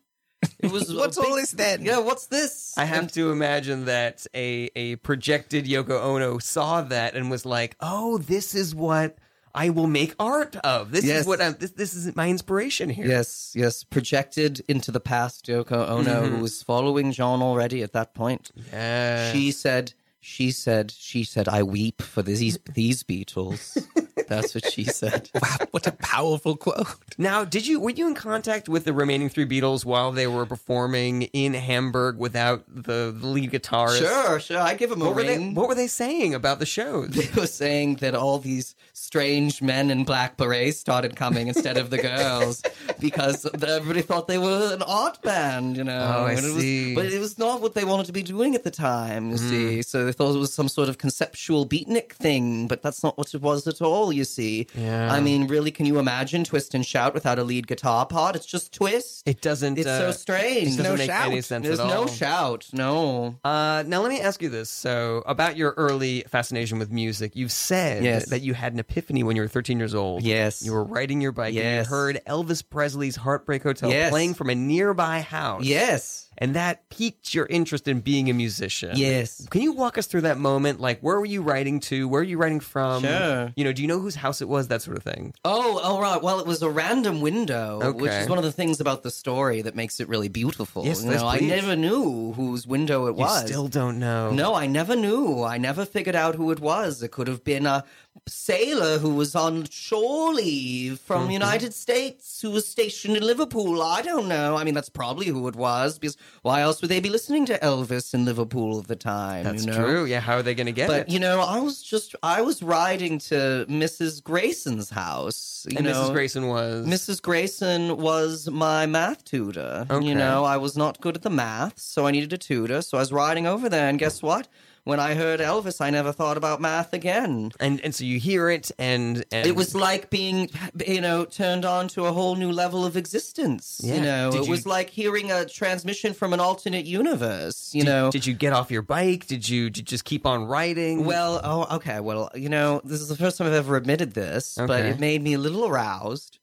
[SPEAKER 6] It was a
[SPEAKER 7] What's
[SPEAKER 6] big-
[SPEAKER 7] all this then?
[SPEAKER 6] Yeah, what's this?
[SPEAKER 5] I have to imagine that a a projected Yoko Ono saw that and was like, "Oh, this is what I will make art of. This is
[SPEAKER 6] Yes.
[SPEAKER 5] what I'm, this this is my inspiration here."
[SPEAKER 6] Yes, yes. Projected into the past, Yoko Ono, who was following John already at that point.
[SPEAKER 5] Yeah.
[SPEAKER 6] She said, she said, she said, I weep for these these Beatles. That's what she said.
[SPEAKER 7] Wow, what a powerful quote.
[SPEAKER 5] Now, did you were you in contact with the remaining three Beatles while they were performing in Hamburg without the, the lead guitarist?
[SPEAKER 6] Sure, sure. I give him a
[SPEAKER 5] What were, they,
[SPEAKER 6] ring.
[SPEAKER 5] what were they saying about the
[SPEAKER 6] [laughs]
[SPEAKER 5] shows?
[SPEAKER 6] they were saying that all these strange men in black berets started coming instead of
[SPEAKER 5] [laughs]
[SPEAKER 6] the girls because everybody thought they were an art band, you know.
[SPEAKER 5] Oh, I
[SPEAKER 6] and it was-
[SPEAKER 5] see. Hmm.
[SPEAKER 6] but it was not what they wanted to be doing at the time, you see. So they thought it was some sort of conceptual beatnik thing, but that's not what it was at all, you see.
[SPEAKER 5] Yeah.
[SPEAKER 6] I mean, really, can you imagine Twist and Shout without a lead guitar part? It's just Twist.
[SPEAKER 5] It doesn't.
[SPEAKER 6] It's
[SPEAKER 5] uh,
[SPEAKER 6] so strange.
[SPEAKER 5] doesn't
[SPEAKER 6] No
[SPEAKER 5] make
[SPEAKER 6] shout.
[SPEAKER 5] any sense
[SPEAKER 6] There's
[SPEAKER 5] at
[SPEAKER 6] no
[SPEAKER 5] all.
[SPEAKER 6] shout. No.
[SPEAKER 5] Uh, now, let me ask you this. So, about your early fascination with music, you've said
[SPEAKER 6] Yes.
[SPEAKER 5] that you had an epiphany when you were 13 years old.
[SPEAKER 6] Yes.
[SPEAKER 5] You were riding your bike and
[SPEAKER 6] Yes.
[SPEAKER 5] you heard Elvis Presley's Heartbreak Hotel
[SPEAKER 6] Yes.
[SPEAKER 5] playing from a nearby house.
[SPEAKER 6] Yes.
[SPEAKER 5] And that piqued your interest in being a musician.
[SPEAKER 6] Yes.
[SPEAKER 5] Can you walk us through that moment? Like, where were you writing to? Where are you writing from?
[SPEAKER 6] Sure.
[SPEAKER 5] You know, do you know whose house it was? That sort of thing.
[SPEAKER 6] Oh, all right. Well, it was a random window, which
[SPEAKER 5] Okay.
[SPEAKER 6] is one of the things about the story that makes it really beautiful.
[SPEAKER 5] Yes,
[SPEAKER 6] you
[SPEAKER 5] yes,
[SPEAKER 6] know, I
[SPEAKER 5] please.
[SPEAKER 6] never knew whose window it
[SPEAKER 5] You
[SPEAKER 6] was.
[SPEAKER 5] still don't know.
[SPEAKER 6] No, I never knew. I never figured out who it was. It could have been a sailor who was on shore leave from
[SPEAKER 5] Mm-hmm.
[SPEAKER 6] the United States who was stationed in Liverpool. I don't know. I mean, that's probably who it was because why else would they be listening to Elvis in Liverpool at the time?
[SPEAKER 5] That's
[SPEAKER 6] you know?
[SPEAKER 5] true. Yeah. How are they going to get
[SPEAKER 6] But
[SPEAKER 5] it?
[SPEAKER 6] you know, I was just I was riding to Mrs. Grayson's house. You
[SPEAKER 5] and
[SPEAKER 6] know,
[SPEAKER 5] Mrs. Grayson was.
[SPEAKER 6] Mrs. Grayson was my math tutor.
[SPEAKER 5] Okay.
[SPEAKER 6] You know, I was not good at the math, so I needed a tutor. So I was riding over there, and guess what? When I heard Elvis, I never thought about math again.
[SPEAKER 5] And and so you hear it, and, and
[SPEAKER 6] It was like being, you know, turned on to a whole new level of existence.
[SPEAKER 5] Yeah.
[SPEAKER 6] You know,
[SPEAKER 5] Did
[SPEAKER 6] it
[SPEAKER 5] you-
[SPEAKER 6] was like hearing a transmission from an alternate universe. You
[SPEAKER 5] Did,
[SPEAKER 6] know,
[SPEAKER 5] did you get off your bike? Did you, did you just keep on riding?
[SPEAKER 6] Well, oh, okay. Well, you know, this is the first time I've ever admitted this, but
[SPEAKER 5] Okay.
[SPEAKER 6] it made me a little aroused.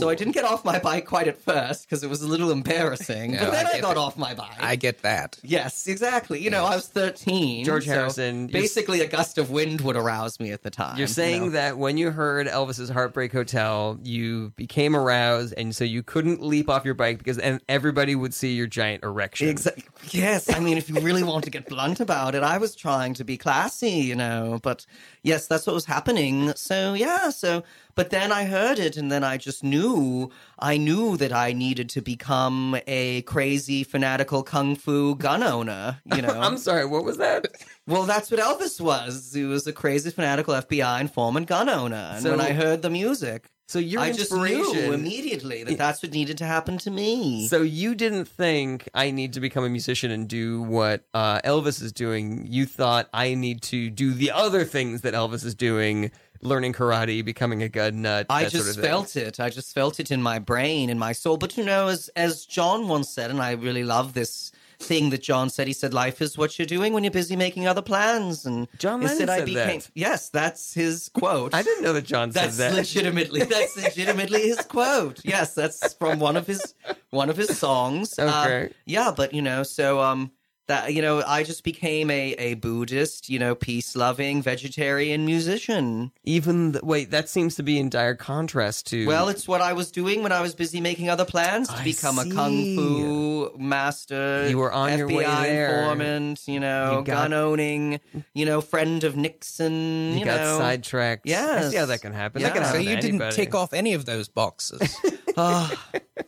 [SPEAKER 6] So I didn't get off my bike quite at first because it was a little embarrassing.
[SPEAKER 7] No,
[SPEAKER 6] but then
[SPEAKER 7] I
[SPEAKER 6] I,
[SPEAKER 7] get
[SPEAKER 6] got
[SPEAKER 7] it.
[SPEAKER 6] off my bike.
[SPEAKER 7] I get that.
[SPEAKER 6] Yes, exactly. You know, I was 13.
[SPEAKER 5] George
[SPEAKER 6] so
[SPEAKER 5] Harrison, you're-
[SPEAKER 6] Basically, a gust of wind would arouse me at the time.
[SPEAKER 5] You're saying
[SPEAKER 6] you know?
[SPEAKER 5] that when you heard Elvis's Heartbreak Hotel, you became aroused, and so you couldn't leap off your bike because and everybody would see your giant erection.
[SPEAKER 6] Exactly. Yes, I mean, if you really want to get blunt about it, I was trying to be classy, you know, but yes, that's what was happening. So, yeah, so, but then I heard it and then I just knew, I knew that I needed to become a crazy, fanatical kung fu gun owner,
[SPEAKER 5] [laughs]
[SPEAKER 6] you know.
[SPEAKER 5] I'm sorry, what was that?
[SPEAKER 6] Well, that's what Elvis was. He was a crazy, fanatical FBI informant gun owner. And
[SPEAKER 5] So-
[SPEAKER 6] when I heard the music,
[SPEAKER 5] [laughs] So your
[SPEAKER 6] I just
[SPEAKER 5] inspiration.
[SPEAKER 6] knew immediately that that's what needed to happen to me.
[SPEAKER 5] so you didn't think I need to become a musician and do what uh, Elvis is doing. You thought I need to do the other things that Elvis is doing, learning karate, becoming a gun nut.
[SPEAKER 6] I
[SPEAKER 5] that
[SPEAKER 6] just
[SPEAKER 5] sort of thing.
[SPEAKER 6] felt it. I just felt it in my brain, in my soul. But you know, as as John once said, and I really love this thing that John said. He said, "Life is what you're doing when you're busy making other plans." And
[SPEAKER 5] John
[SPEAKER 6] he
[SPEAKER 5] Lennon said that.
[SPEAKER 6] Yes, that's his quote.
[SPEAKER 5] I didn't know that John said
[SPEAKER 6] That's
[SPEAKER 5] that.
[SPEAKER 6] legitimately that's legitimately his quote. Yes, that's from one of his one of his songs. Uh,
[SPEAKER 5] Okay.
[SPEAKER 6] yeah, but you know, so um that you know, I just became a a Buddhist, you know, peace loving vegetarian musician.
[SPEAKER 5] Even th- wait, that seems to be in dire contrast to
[SPEAKER 6] Well, it's what I was doing when I was busy making other plans to
[SPEAKER 5] I
[SPEAKER 6] become
[SPEAKER 5] see.
[SPEAKER 6] a kung fu master.
[SPEAKER 5] You were on
[SPEAKER 6] FBI
[SPEAKER 5] your way there.
[SPEAKER 6] informant, you know,
[SPEAKER 5] You got-
[SPEAKER 6] gun owning, you know, friend of Nixon.
[SPEAKER 5] you,
[SPEAKER 6] You,
[SPEAKER 5] got
[SPEAKER 6] know. [laughs]
[SPEAKER 5] sidetracked. I see how
[SPEAKER 6] Yes.
[SPEAKER 5] that can happen. That can
[SPEAKER 6] Yeah.
[SPEAKER 7] So
[SPEAKER 5] happen.
[SPEAKER 7] you
[SPEAKER 5] to
[SPEAKER 7] didn't
[SPEAKER 5] anybody.
[SPEAKER 7] tick off any of
[SPEAKER 6] [laughs]
[SPEAKER 7] those boxes.
[SPEAKER 6] Ah,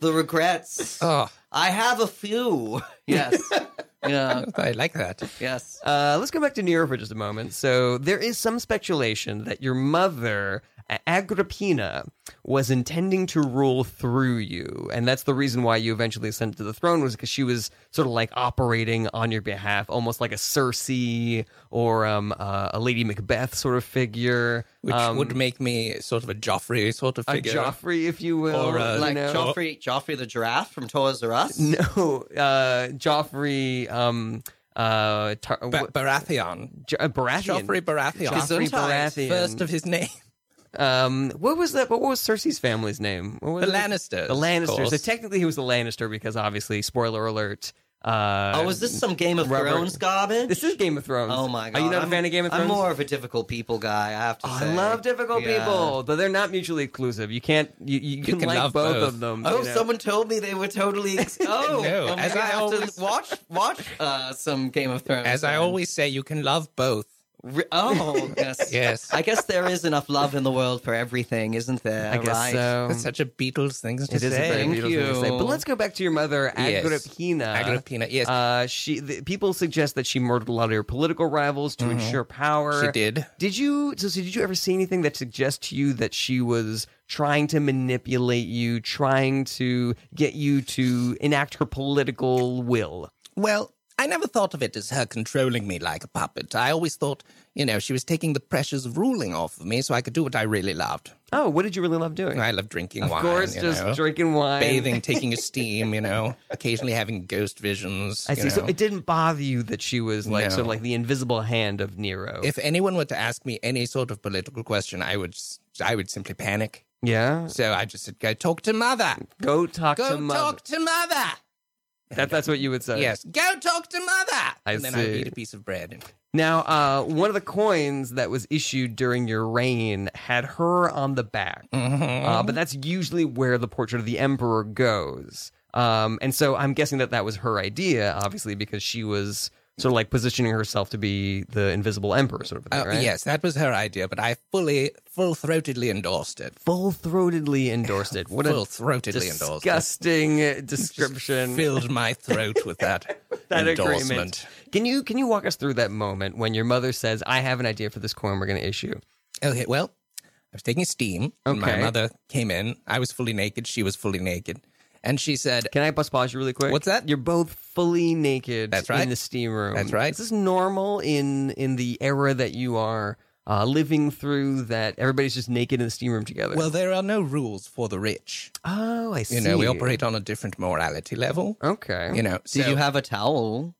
[SPEAKER 6] the regrets.
[SPEAKER 7] oh,
[SPEAKER 6] I have a few. [laughs] Yes. yeah.
[SPEAKER 7] I like that.
[SPEAKER 5] [laughs]
[SPEAKER 6] Yes.
[SPEAKER 5] Uh, let's go back to Nero for just a moment. So there is some speculation that your mother A- Agrippina was intending to rule through you, and that's the reason why you eventually ascended to the throne was because she was sort of like operating on your behalf, almost like a Cersei or um, uh, a Lady Macbeth sort of figure,
[SPEAKER 7] Which
[SPEAKER 5] Um,
[SPEAKER 7] would make me sort of a Joffrey sort of
[SPEAKER 5] a
[SPEAKER 7] figure.
[SPEAKER 5] Joffrey, if you will,
[SPEAKER 7] Or, uh,
[SPEAKER 5] you
[SPEAKER 6] Like
[SPEAKER 5] know? [laughs]
[SPEAKER 6] Joffrey, Joffrey the giraffe from Toys R Us.
[SPEAKER 5] No, uh, Joffrey. Um, uh, tar-
[SPEAKER 7] Ba-
[SPEAKER 5] what-
[SPEAKER 7] Baratheon.
[SPEAKER 5] Jo- uh, Baratheon.
[SPEAKER 7] Joffrey Baratheon.
[SPEAKER 5] Joffrey
[SPEAKER 6] Gesundheit.
[SPEAKER 5] Baratheon.
[SPEAKER 7] First of his name.
[SPEAKER 5] um, what was that? What was Cersei's family's name? What was
[SPEAKER 7] The
[SPEAKER 5] it?
[SPEAKER 7] Lannisters.
[SPEAKER 5] The Lannisters.
[SPEAKER 7] of
[SPEAKER 5] So
[SPEAKER 7] course.
[SPEAKER 5] technically, he was a Lannister because obviously, spoiler alert. Uh,
[SPEAKER 6] Oh, is this some Game of
[SPEAKER 5] Robert-
[SPEAKER 6] Thrones garbage?
[SPEAKER 5] This is Game of Thrones.
[SPEAKER 6] Oh my god!
[SPEAKER 5] Are you not
[SPEAKER 6] I'm-
[SPEAKER 5] a fan of Game of Thrones?
[SPEAKER 6] I'm more of a difficult people guy. I have to
[SPEAKER 5] Oh,
[SPEAKER 6] say.
[SPEAKER 5] I love difficult
[SPEAKER 6] Yeah.
[SPEAKER 5] people, though they're not mutually exclusive. You can't. You, you, can,
[SPEAKER 7] can
[SPEAKER 5] like
[SPEAKER 7] love
[SPEAKER 5] both,
[SPEAKER 7] both.
[SPEAKER 5] of them.
[SPEAKER 6] Oh,
[SPEAKER 5] you know?
[SPEAKER 6] someone told me they were totally. Ex- oh,
[SPEAKER 7] [laughs] No,
[SPEAKER 6] I'm
[SPEAKER 7] as
[SPEAKER 6] gonna
[SPEAKER 7] I
[SPEAKER 6] have
[SPEAKER 7] always-
[SPEAKER 6] to watch watch uh, some Game of Thrones.
[SPEAKER 7] [laughs] As I
[SPEAKER 6] then.
[SPEAKER 7] always say, you can love both.
[SPEAKER 6] Re- oh yes,
[SPEAKER 7] [laughs] Yes.
[SPEAKER 6] I guess there is enough love in the world for everything, isn't there?
[SPEAKER 5] I guess
[SPEAKER 6] right?
[SPEAKER 5] so.
[SPEAKER 7] That's such Um, a Beatles thing to
[SPEAKER 5] It is a
[SPEAKER 7] say.
[SPEAKER 5] very
[SPEAKER 6] Thank
[SPEAKER 5] beautiful thing to say.
[SPEAKER 6] you.
[SPEAKER 5] But let's go back to your mother,
[SPEAKER 7] Yes.
[SPEAKER 5] Agrippina.
[SPEAKER 7] Agrippina, yes.
[SPEAKER 5] Uh, she the, people suggest that she murdered a lot of your political rivals to ensure power.
[SPEAKER 7] Mm-hmm. She did.
[SPEAKER 5] Did you? So, so did you ever see anything that suggests to you that she was trying to manipulate you, trying to get you to enact her political will?
[SPEAKER 7] Well, I never thought of it as her controlling me like a puppet. I always thought, you know, she was taking the pressures of ruling off of me so I could do what I really loved.
[SPEAKER 5] Oh, what did you really love doing?
[SPEAKER 7] I love drinking
[SPEAKER 5] of
[SPEAKER 7] wine.
[SPEAKER 5] course,
[SPEAKER 7] you
[SPEAKER 5] just
[SPEAKER 7] know,
[SPEAKER 5] drinking wine,
[SPEAKER 7] [laughs] Bathing, taking a steam, you know, occasionally having ghost visions.
[SPEAKER 5] I
[SPEAKER 7] you
[SPEAKER 5] see. So
[SPEAKER 7] know.
[SPEAKER 5] it didn't bother you that she was like sort of
[SPEAKER 7] No.
[SPEAKER 5] like the invisible hand of Nero.
[SPEAKER 7] if anyone were to ask me any sort of political question, I would, s- I would simply panic.
[SPEAKER 5] yeah,
[SPEAKER 7] So I just said, "Go talk to mother.
[SPEAKER 5] go talk
[SPEAKER 7] Go
[SPEAKER 5] to mother.
[SPEAKER 7] talk to mother.
[SPEAKER 5] That, that's what you would say.
[SPEAKER 7] Yes, go talk to mother."
[SPEAKER 5] I
[SPEAKER 7] and then I would
[SPEAKER 5] see.
[SPEAKER 7] eat a piece of bread.
[SPEAKER 5] Now, uh, one of the coins that was issued during your reign had her on the back,
[SPEAKER 7] Mm-hmm.
[SPEAKER 5] uh, but that's usually where the portrait of the emperor goes. Um, and so I'm guessing that that was her idea, obviously, because she was sort of like positioning herself to be the invisible emperor, sort of thing,
[SPEAKER 7] Uh,
[SPEAKER 5] right?
[SPEAKER 7] Yes, that was her idea, but I fully, full throatedly endorsed it.
[SPEAKER 5] Full throatedly endorsed it. What
[SPEAKER 7] full
[SPEAKER 5] a
[SPEAKER 7] throatedly endorsed it.
[SPEAKER 5] disgusting description.
[SPEAKER 7] Filled my throat with that,
[SPEAKER 5] [laughs] that
[SPEAKER 7] endorsement.
[SPEAKER 5] agreement. Can you can you walk us through that moment when your mother says, "I have an idea for this coin we're going to issue"?
[SPEAKER 7] Okay, Oh, well, I was taking steam. and My
[SPEAKER 5] Okay.
[SPEAKER 7] mother came in. I was fully naked. She was fully naked. And she said,
[SPEAKER 5] Can I bust pause you really quick?
[SPEAKER 7] What's that?
[SPEAKER 5] You're both fully naked.
[SPEAKER 7] That's right.
[SPEAKER 5] In the steam room.
[SPEAKER 7] That's right.
[SPEAKER 5] Is this normal in in the era that you are uh, living through? That everybody's just naked in the steam room together.
[SPEAKER 7] Well, there are no rules for the rich.
[SPEAKER 5] oh, I see.
[SPEAKER 7] You know, we operate on a different morality level.
[SPEAKER 5] Okay.
[SPEAKER 7] You know,
[SPEAKER 6] Did
[SPEAKER 7] so-
[SPEAKER 6] you have a towel?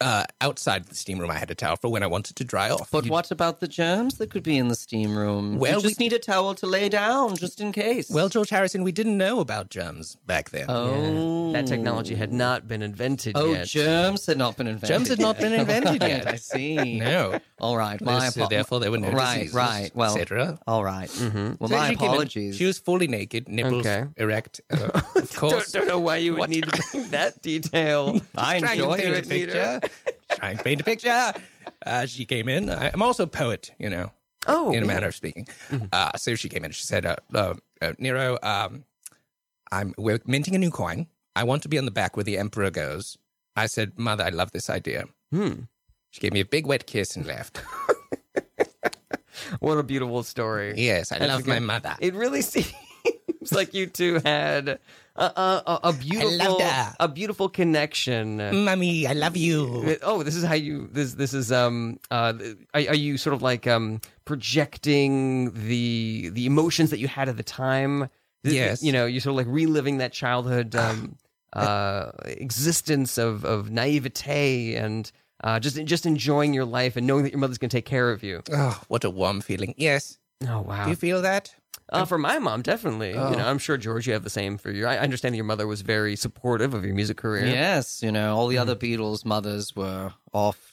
[SPEAKER 7] uh, outside the steam room, I had a towel for when I wanted to dry off.
[SPEAKER 6] But
[SPEAKER 7] You-
[SPEAKER 6] what about the germs that could be in the steam room?
[SPEAKER 7] Well,
[SPEAKER 6] you just
[SPEAKER 7] we-
[SPEAKER 6] need a towel to lay down, just in case.
[SPEAKER 7] Well, George Harrison, we didn't know about germs back then.
[SPEAKER 6] oh,
[SPEAKER 5] That technology had not been invented
[SPEAKER 6] Oh,
[SPEAKER 5] yet.
[SPEAKER 6] germs had not been invented.
[SPEAKER 7] Germs had not been invented
[SPEAKER 6] Right, [laughs]
[SPEAKER 7] yet.
[SPEAKER 6] I see.
[SPEAKER 7] No.
[SPEAKER 6] All right, [laughs] my
[SPEAKER 7] My so
[SPEAKER 6] apo-
[SPEAKER 7] therefore, there were no
[SPEAKER 6] Right,
[SPEAKER 7] diseases,
[SPEAKER 6] right, well-
[SPEAKER 7] etc.
[SPEAKER 6] All right.
[SPEAKER 5] Mm-hmm.
[SPEAKER 6] Well,
[SPEAKER 7] So
[SPEAKER 6] my
[SPEAKER 7] she came in.
[SPEAKER 6] apologies.
[SPEAKER 7] She was fully naked, nipples
[SPEAKER 5] Okay.
[SPEAKER 7] erect.
[SPEAKER 6] [laughs]
[SPEAKER 7] uh, of course,
[SPEAKER 5] Don't, don't know why you would need to
[SPEAKER 7] [laughs]
[SPEAKER 5] bring that detail.
[SPEAKER 6] I
[SPEAKER 7] trying to
[SPEAKER 6] enjoyed
[SPEAKER 7] paint a
[SPEAKER 6] it.
[SPEAKER 7] picture. trying to paint a picture. Uh, she came in. I, I'm also a poet, you know,
[SPEAKER 5] Oh,
[SPEAKER 7] in a manner of speaking.
[SPEAKER 6] Mm-hmm.
[SPEAKER 7] Uh, so she came in. and She said, uh, uh, uh, "Nero, um, I'm we're minting a new coin. I want to be on the back where the emperor goes." I said, "Mother, I love this idea."
[SPEAKER 5] Hmm.
[SPEAKER 7] She gave me a big wet kiss and left.
[SPEAKER 5] hmm. What a beautiful story.
[SPEAKER 7] Yes, I
[SPEAKER 5] That's
[SPEAKER 7] love
[SPEAKER 5] a good-
[SPEAKER 7] my mother.
[SPEAKER 5] It really [laughs] seems like you two had a, a, a, a beautiful
[SPEAKER 7] her.
[SPEAKER 5] a beautiful connection.
[SPEAKER 7] Mummy, I love you.
[SPEAKER 5] Oh, this is how you this this is um uh th- are, are you sort of like um projecting the the emotions that you had at the time? Th-
[SPEAKER 7] Yes.
[SPEAKER 5] you know, you're sort of like reliving that childhood [sighs] um uh existence of of naivete and uh just just enjoying your life and knowing that your mother's going to take care of you.
[SPEAKER 7] Oh, what a warm feeling. Yes.
[SPEAKER 5] Oh wow.
[SPEAKER 7] Do you feel that?
[SPEAKER 5] Uh, for my mom, definitely. You
[SPEAKER 6] Oh.
[SPEAKER 5] know, I'm sure George, you have the same for you. I understand that your mother was very supportive of your music career.
[SPEAKER 6] Yes, you know, all the other Beatles' mothers were off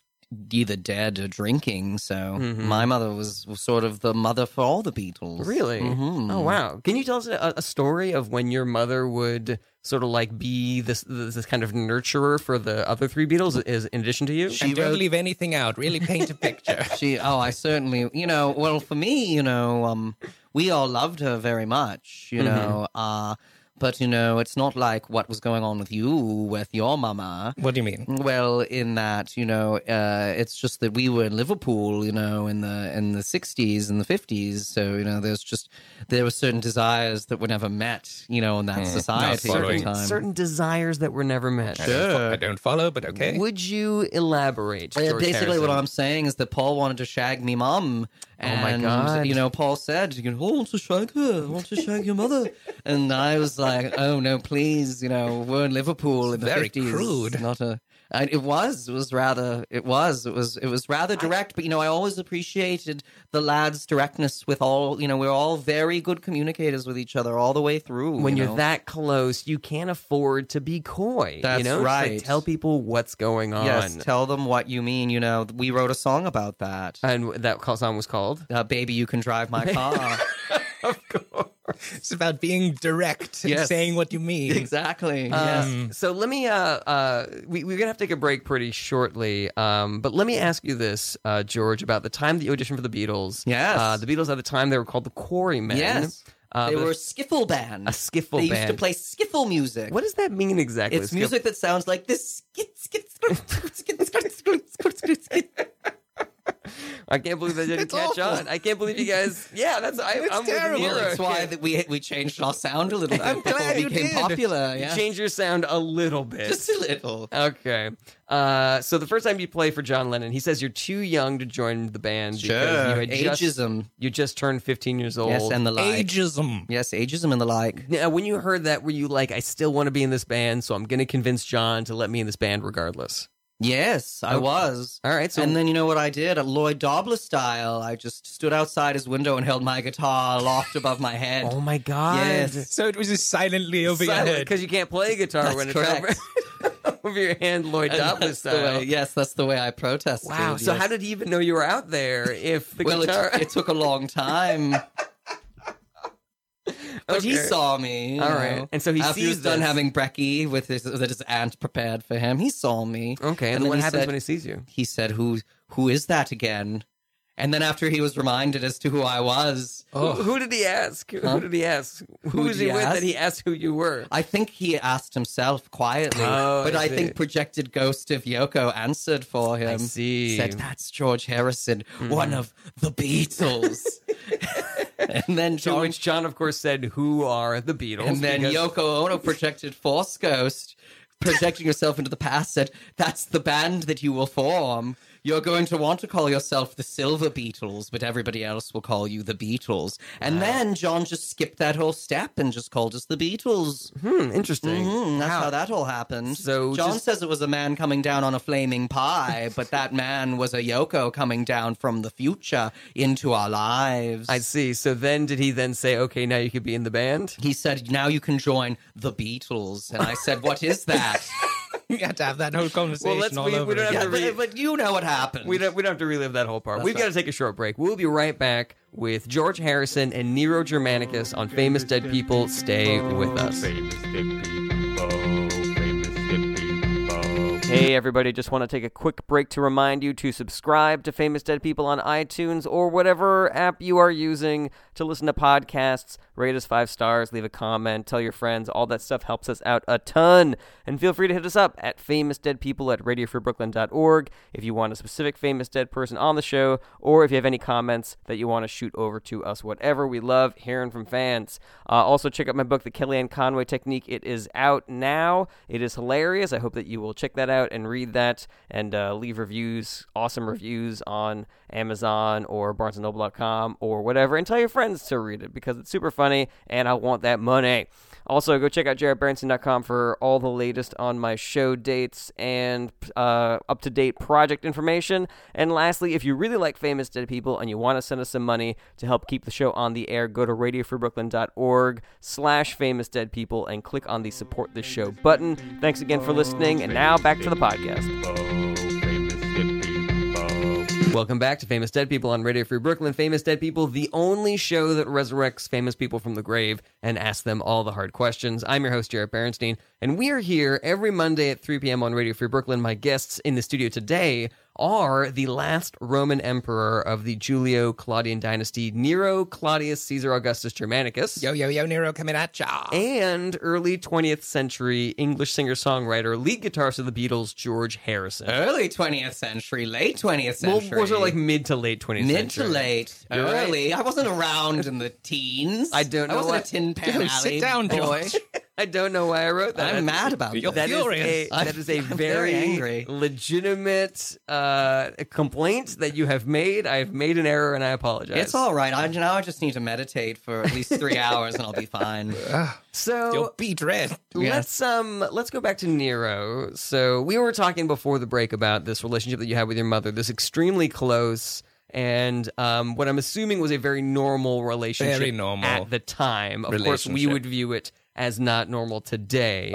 [SPEAKER 6] either dead or drinking, so my mother was was sort of the mother for all the Beatles.
[SPEAKER 5] Really?
[SPEAKER 6] Mhm.
[SPEAKER 5] Oh wow! Can you tell us a, a story of when your mother would sort of like be this this kind of nurturer for the other three Beatles, is in addition to you?
[SPEAKER 6] She
[SPEAKER 7] and don't
[SPEAKER 6] wrote-
[SPEAKER 7] leave anything out. Really paint [laughs] a picture.
[SPEAKER 6] She oh, I certainly, you know, well for me, you know, um we all loved her very much, you know. Uh but you know, it's not like what was going on with you with your mama.
[SPEAKER 7] what do you [laughs] mean?
[SPEAKER 6] Well, in that you know, uh, it's just that we were in Liverpool, you know, in the in the sixties and the fifties. So you know, there's just there were certain desires that were never met, you know, in that society at the
[SPEAKER 7] following.
[SPEAKER 6] time.
[SPEAKER 5] Certain desires that were never met.
[SPEAKER 7] I don't follow, but okay.
[SPEAKER 5] Would you elaborate?
[SPEAKER 6] Uh,
[SPEAKER 5] George
[SPEAKER 6] basically,
[SPEAKER 5] Harrison?
[SPEAKER 6] what
[SPEAKER 5] Oh
[SPEAKER 6] I'm saying is that Paul wanted to shag me mum.
[SPEAKER 5] my
[SPEAKER 6] And,
[SPEAKER 5] God.
[SPEAKER 6] You know, Paul said, you know, "Oh, I want to shag her. I want to shag your
[SPEAKER 5] [laughs]
[SPEAKER 6] mother." And I was like, "Oh no, please! You know, we're in Liverpool in the
[SPEAKER 7] Very
[SPEAKER 6] 50s.
[SPEAKER 7] crude.
[SPEAKER 6] Not a." And it was. It was rather. It was. It was. It was rather direct. But you know, I always appreciated the lads' directness with all. You know, we're all very good communicators with each other all the way through.
[SPEAKER 5] when
[SPEAKER 6] you
[SPEAKER 5] you're
[SPEAKER 6] know?
[SPEAKER 5] that close, you can't afford to be coy.
[SPEAKER 6] That's
[SPEAKER 5] you know? It's like,
[SPEAKER 6] right.
[SPEAKER 5] tell people what's going on.
[SPEAKER 6] yes, tell them what you mean. You know, we wrote a song about that.
[SPEAKER 5] and that call- song was called.
[SPEAKER 6] Uh, baby, you can
[SPEAKER 5] [laughs]
[SPEAKER 6] drive my car.
[SPEAKER 7] It's about being direct and
[SPEAKER 6] Yes.
[SPEAKER 7] saying what
[SPEAKER 6] [laughs]
[SPEAKER 7] you mean.
[SPEAKER 6] Exactly. Um,
[SPEAKER 5] Uh,
[SPEAKER 6] yes.
[SPEAKER 5] So let me. Uh, uh, we, we're gonna have to take a break pretty shortly. Um, but let me ask you this, uh, George, about the time that you auditioned for the Beatles.
[SPEAKER 6] Yes.
[SPEAKER 5] Uh, the Beatles at the time they were called the Quarrymen.
[SPEAKER 6] Yes.
[SPEAKER 5] Uh,
[SPEAKER 6] they
[SPEAKER 5] but
[SPEAKER 6] were a skiffle band.
[SPEAKER 5] a skiffle band.
[SPEAKER 6] they used to play skiffle music.
[SPEAKER 5] What does that mean exactly?
[SPEAKER 6] It's
[SPEAKER 5] Skiff-
[SPEAKER 6] music that sounds like this. Skit, skit, skit, skit, skit, skit, skit, skit, skit, skit. [laughs]
[SPEAKER 5] I can't believe they didn't
[SPEAKER 6] It's
[SPEAKER 5] catch
[SPEAKER 6] awful.
[SPEAKER 5] on. I can't believe you
[SPEAKER 6] [laughs]
[SPEAKER 5] guys. Yeah, that's. I,
[SPEAKER 7] It's
[SPEAKER 5] I'm
[SPEAKER 7] terrible.
[SPEAKER 5] With Nero.
[SPEAKER 6] That's why that we we changed our sound a little bit.
[SPEAKER 7] I'm
[SPEAKER 6] before
[SPEAKER 7] glad
[SPEAKER 6] we
[SPEAKER 7] you
[SPEAKER 6] became
[SPEAKER 7] did.
[SPEAKER 6] popular. Yeah.
[SPEAKER 5] Change your sound a little bit.
[SPEAKER 6] Just a little.
[SPEAKER 5] Okay. Uh, so the first time you play for John Lennon, he says you're too young to join the band because you had just,
[SPEAKER 6] Ageism.
[SPEAKER 5] you just turned 15 years old.
[SPEAKER 6] Yes, and the like.
[SPEAKER 7] Ageism.
[SPEAKER 6] Yes, ageism and the like.
[SPEAKER 5] now, when you heard that, were you like, I still want to be in this band, so I'm going to convince John to let me in this band regardless?
[SPEAKER 6] Yes, I
[SPEAKER 5] Okay.
[SPEAKER 6] was.
[SPEAKER 5] All right. So
[SPEAKER 6] and then you know what I did? A Lloyd Dobler style. I just stood outside his window and held my guitar aloft above my head.
[SPEAKER 5] oh my god,
[SPEAKER 6] Yes.
[SPEAKER 7] So it was just silently over your head.
[SPEAKER 5] because you can't play guitar
[SPEAKER 6] That's
[SPEAKER 5] when it's
[SPEAKER 6] correct.
[SPEAKER 5] over, [laughs] over your hand, Lloyd Dobler
[SPEAKER 6] That's the way-
[SPEAKER 5] style.
[SPEAKER 6] yes, that's the way I protested.
[SPEAKER 5] uh, Wow. So
[SPEAKER 6] yes.
[SPEAKER 5] how did he even know you were out there if the
[SPEAKER 6] [laughs] well,
[SPEAKER 5] guitar?
[SPEAKER 6] it, it took a long time, but
[SPEAKER 5] [laughs]
[SPEAKER 6] he
[SPEAKER 5] Okay.
[SPEAKER 6] saw me. you
[SPEAKER 5] All right.
[SPEAKER 6] know.
[SPEAKER 5] And so he
[SPEAKER 6] after he
[SPEAKER 5] sees
[SPEAKER 6] was done
[SPEAKER 5] this.
[SPEAKER 6] having brekkie with his that his aunt prepared for him. He saw me.
[SPEAKER 5] Okay. And, then what
[SPEAKER 6] he
[SPEAKER 5] happens
[SPEAKER 6] said-
[SPEAKER 5] when he sees you?
[SPEAKER 6] he said, "Who who is that again?" And then after he was reminded as to who I was,
[SPEAKER 5] Who, who did he ask? Who
[SPEAKER 6] Huh?
[SPEAKER 5] did he ask? Who
[SPEAKER 6] Who
[SPEAKER 5] was
[SPEAKER 6] did
[SPEAKER 5] he
[SPEAKER 6] he
[SPEAKER 5] with that
[SPEAKER 6] ask?
[SPEAKER 5] he asked who you were?
[SPEAKER 6] I think he asked himself quietly.
[SPEAKER 5] Oh, I
[SPEAKER 6] but I,
[SPEAKER 5] see.
[SPEAKER 6] think projected ghost of Yoko answered for him.
[SPEAKER 5] see. Mm-hmm.
[SPEAKER 6] Said that's George Harrison, one of
[SPEAKER 5] [laughs]
[SPEAKER 6] the Beatles. and then
[SPEAKER 5] To
[SPEAKER 6] George
[SPEAKER 5] which John, of course, said, "Who are the Beatles?"
[SPEAKER 6] And then
[SPEAKER 5] because-
[SPEAKER 6] Yoko Ono projected Force Ghost, projecting herself into the past, said, That's the band that you will form. You're going to want to call yourself the Silver Beatles, but everybody else will call you the Beatles. And then John just skipped that whole step and just called us the Beatles.
[SPEAKER 5] Hmm, interesting.
[SPEAKER 6] Mhm, that's how that all happened.
[SPEAKER 5] So
[SPEAKER 6] John
[SPEAKER 5] just-
[SPEAKER 6] says it was a man coming down on a flaming pie,
[SPEAKER 5] [laughs]
[SPEAKER 6] but that man was a Yoko coming down from the future into our lives.
[SPEAKER 5] I see. So then did he then say, okay, now you could be in the band?
[SPEAKER 6] he said, "Now you can join the Beatles," and I said, "What is that?"
[SPEAKER 7] You had to have that whole conversation
[SPEAKER 5] let's-
[SPEAKER 7] all
[SPEAKER 5] we- we
[SPEAKER 7] over
[SPEAKER 5] don't [laughs] have
[SPEAKER 7] again.
[SPEAKER 6] yeah,
[SPEAKER 5] to re-
[SPEAKER 6] but, but you know what happened.
[SPEAKER 5] We don't, we don't have to relive that whole part. We've
[SPEAKER 6] right.
[SPEAKER 5] got to take a short break. We'll be right back with George Harrison and Nero Germanicus on Famous Dead People. Stay with us.
[SPEAKER 3] Famous dead people. Famous dead people.
[SPEAKER 2] Hey, everybody, just want to take a quick break to remind you to subscribe to Famous Dead People on iTunes or whatever app you are using to listen to podcasts. Rate us five stars, leave a comment, tell your friends. All that stuff helps us out a ton. And feel free to hit us up at famousdeadpeople at radiofreebrooklyn.org if you want a specific famous dead person on the show or if you have any comments that you want to shoot over to us, whatever. We love hearing from fans. Uh, also, check out my book, The Kellyanne Conway Technique. It is out now. It is hilarious. I hope that you will check that out and read that and uh, leave reviews, awesome reviews on Amazon or BarnesandNoble.com or whatever, and tell your friends to read it because it's super funny and I want that money. Also, go check out jaredbranson.com for all the latest on my show dates and uh, up to date project information. And lastly, if you really like famous dead people and you want to send us some money to help keep the show on the air, go to radiofreebrooklyn.org slash famous dead people and click on the support this show button. Thanks again for listening. And now back to the podcast.
[SPEAKER 3] Famous dead people.
[SPEAKER 5] Welcome back to Famous Dead People on Radio Free Brooklyn. Famous Dead People, the only show that resurrects famous people from the grave and asks them all the hard questions. I'm your host, Jared Berenstein, and we are here every Monday at 3 p.m. on Radio Free Brooklyn. My guests in the studio today are the last Roman emperor of the Julio Claudian dynasty, Nero Claudius Caesar Augustus Germanicus.
[SPEAKER 7] Yo, yo, yo, Nero coming at ya.
[SPEAKER 5] And early 20th century English singer songwriter, lead guitarist of the Beatles, George Harrison.
[SPEAKER 6] early 20th century, late 20th
[SPEAKER 5] Uh, well,
[SPEAKER 6] century.
[SPEAKER 5] was it like mid to late 20th
[SPEAKER 6] mid
[SPEAKER 5] century?
[SPEAKER 6] to late,
[SPEAKER 5] You're right.
[SPEAKER 6] early? I wasn't around in the teens.
[SPEAKER 5] I don't know
[SPEAKER 6] I wasn't
[SPEAKER 5] what-
[SPEAKER 6] a tin pan
[SPEAKER 5] [laughs]
[SPEAKER 6] alley
[SPEAKER 7] Dude, sit down,
[SPEAKER 6] boy.
[SPEAKER 7] [laughs] George.
[SPEAKER 5] I don't know why I wrote that.
[SPEAKER 6] I'm mad about
[SPEAKER 7] You're
[SPEAKER 5] That
[SPEAKER 6] this.
[SPEAKER 5] is a,
[SPEAKER 7] furious.
[SPEAKER 6] I'm-
[SPEAKER 5] that is a
[SPEAKER 6] I'm
[SPEAKER 5] very,
[SPEAKER 6] very angry.
[SPEAKER 5] legitimate uh, complaint that you have made. I have made an error and I apologize.
[SPEAKER 6] It's all right. I, now I just need to meditate for at least three hours and I'll be fine.
[SPEAKER 7] You're
[SPEAKER 5] So
[SPEAKER 7] beat red.
[SPEAKER 5] let's um let's go back to Nero. So we were talking before the break about this relationship that you had with your mother, this extremely close and um, what I'm assuming was a very normal relationship
[SPEAKER 7] Very normal
[SPEAKER 5] at the time. Of course, we
[SPEAKER 7] relationship.
[SPEAKER 5] would view it as not normal today.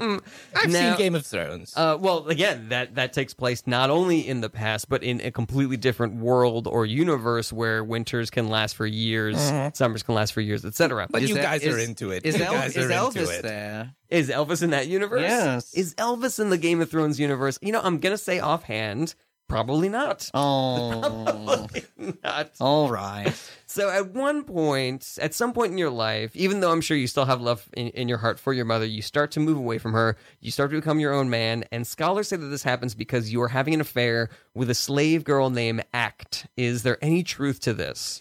[SPEAKER 7] I've
[SPEAKER 5] Now-
[SPEAKER 7] seen Game of Thrones.
[SPEAKER 5] Uh, well, again, that that takes place not only in the past, but in a completely different world or universe where winters can last for years,
[SPEAKER 6] Mm-hmm.
[SPEAKER 5] summers can last for years, etc.
[SPEAKER 7] but
[SPEAKER 6] is
[SPEAKER 7] you
[SPEAKER 6] that-
[SPEAKER 7] guys are
[SPEAKER 6] is-
[SPEAKER 7] into it.
[SPEAKER 6] Is,
[SPEAKER 7] you
[SPEAKER 6] El-
[SPEAKER 7] guys
[SPEAKER 6] is
[SPEAKER 7] are into
[SPEAKER 6] Elvis
[SPEAKER 7] it.
[SPEAKER 6] there?
[SPEAKER 5] Is Elvis in that universe?
[SPEAKER 6] Yes.
[SPEAKER 5] Is Elvis in the Game of Thrones universe? You know, I'm gonna say offhand, probably not. [laughs]
[SPEAKER 6] Oh,
[SPEAKER 5] Not.
[SPEAKER 6] all right.
[SPEAKER 5] So at one point, at some point in your life, even though I'm sure you still have love in, in your heart for your mother, you start to move away from her. You start to become your own man. And scholars say that this happens because you are having an affair with a slave girl named Act. Is there any truth to this?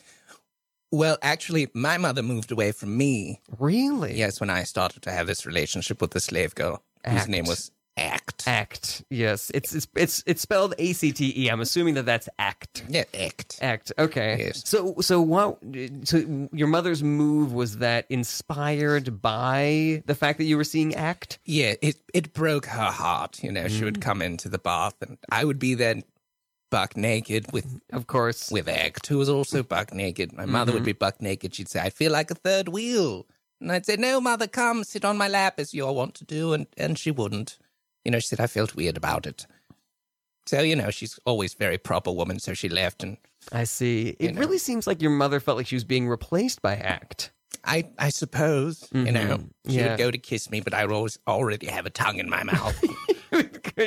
[SPEAKER 7] Well, actually, my mother moved away from me.
[SPEAKER 5] Really?
[SPEAKER 7] Yes, when I started to have this relationship with the slave girl,
[SPEAKER 5] Act.
[SPEAKER 7] whose name was Act.
[SPEAKER 5] Act. Yes. It's it's it's, it's spelled A C T E. I'm assuming that that's Act.
[SPEAKER 7] Yeah, Act.
[SPEAKER 5] Act. Okay.
[SPEAKER 7] Yes.
[SPEAKER 5] So so what? So your mother's move was that inspired by the fact that you were seeing Act?
[SPEAKER 7] Yeah, it it broke her heart. You know, she would come into the bath, and I would be there, buck naked with
[SPEAKER 5] Of course.
[SPEAKER 7] with Act, who was also buck naked. My mother would be buck naked. She'd say, "I feel like a third wheel," and I'd say, "No, mother, come sit on my lap as you all want to do," and and she wouldn't. You know, she said I felt weird about it. So you know, she's always very proper woman. So she left, and
[SPEAKER 5] I see. It
[SPEAKER 7] know.
[SPEAKER 5] really seems like your mother felt like she was being replaced by ACT. [laughs]
[SPEAKER 7] I I suppose you know she
[SPEAKER 5] Mm-hmm. Yeah.
[SPEAKER 7] would go to kiss me, but I would always already have a tongue in
[SPEAKER 5] [laughs]
[SPEAKER 7] my mouth.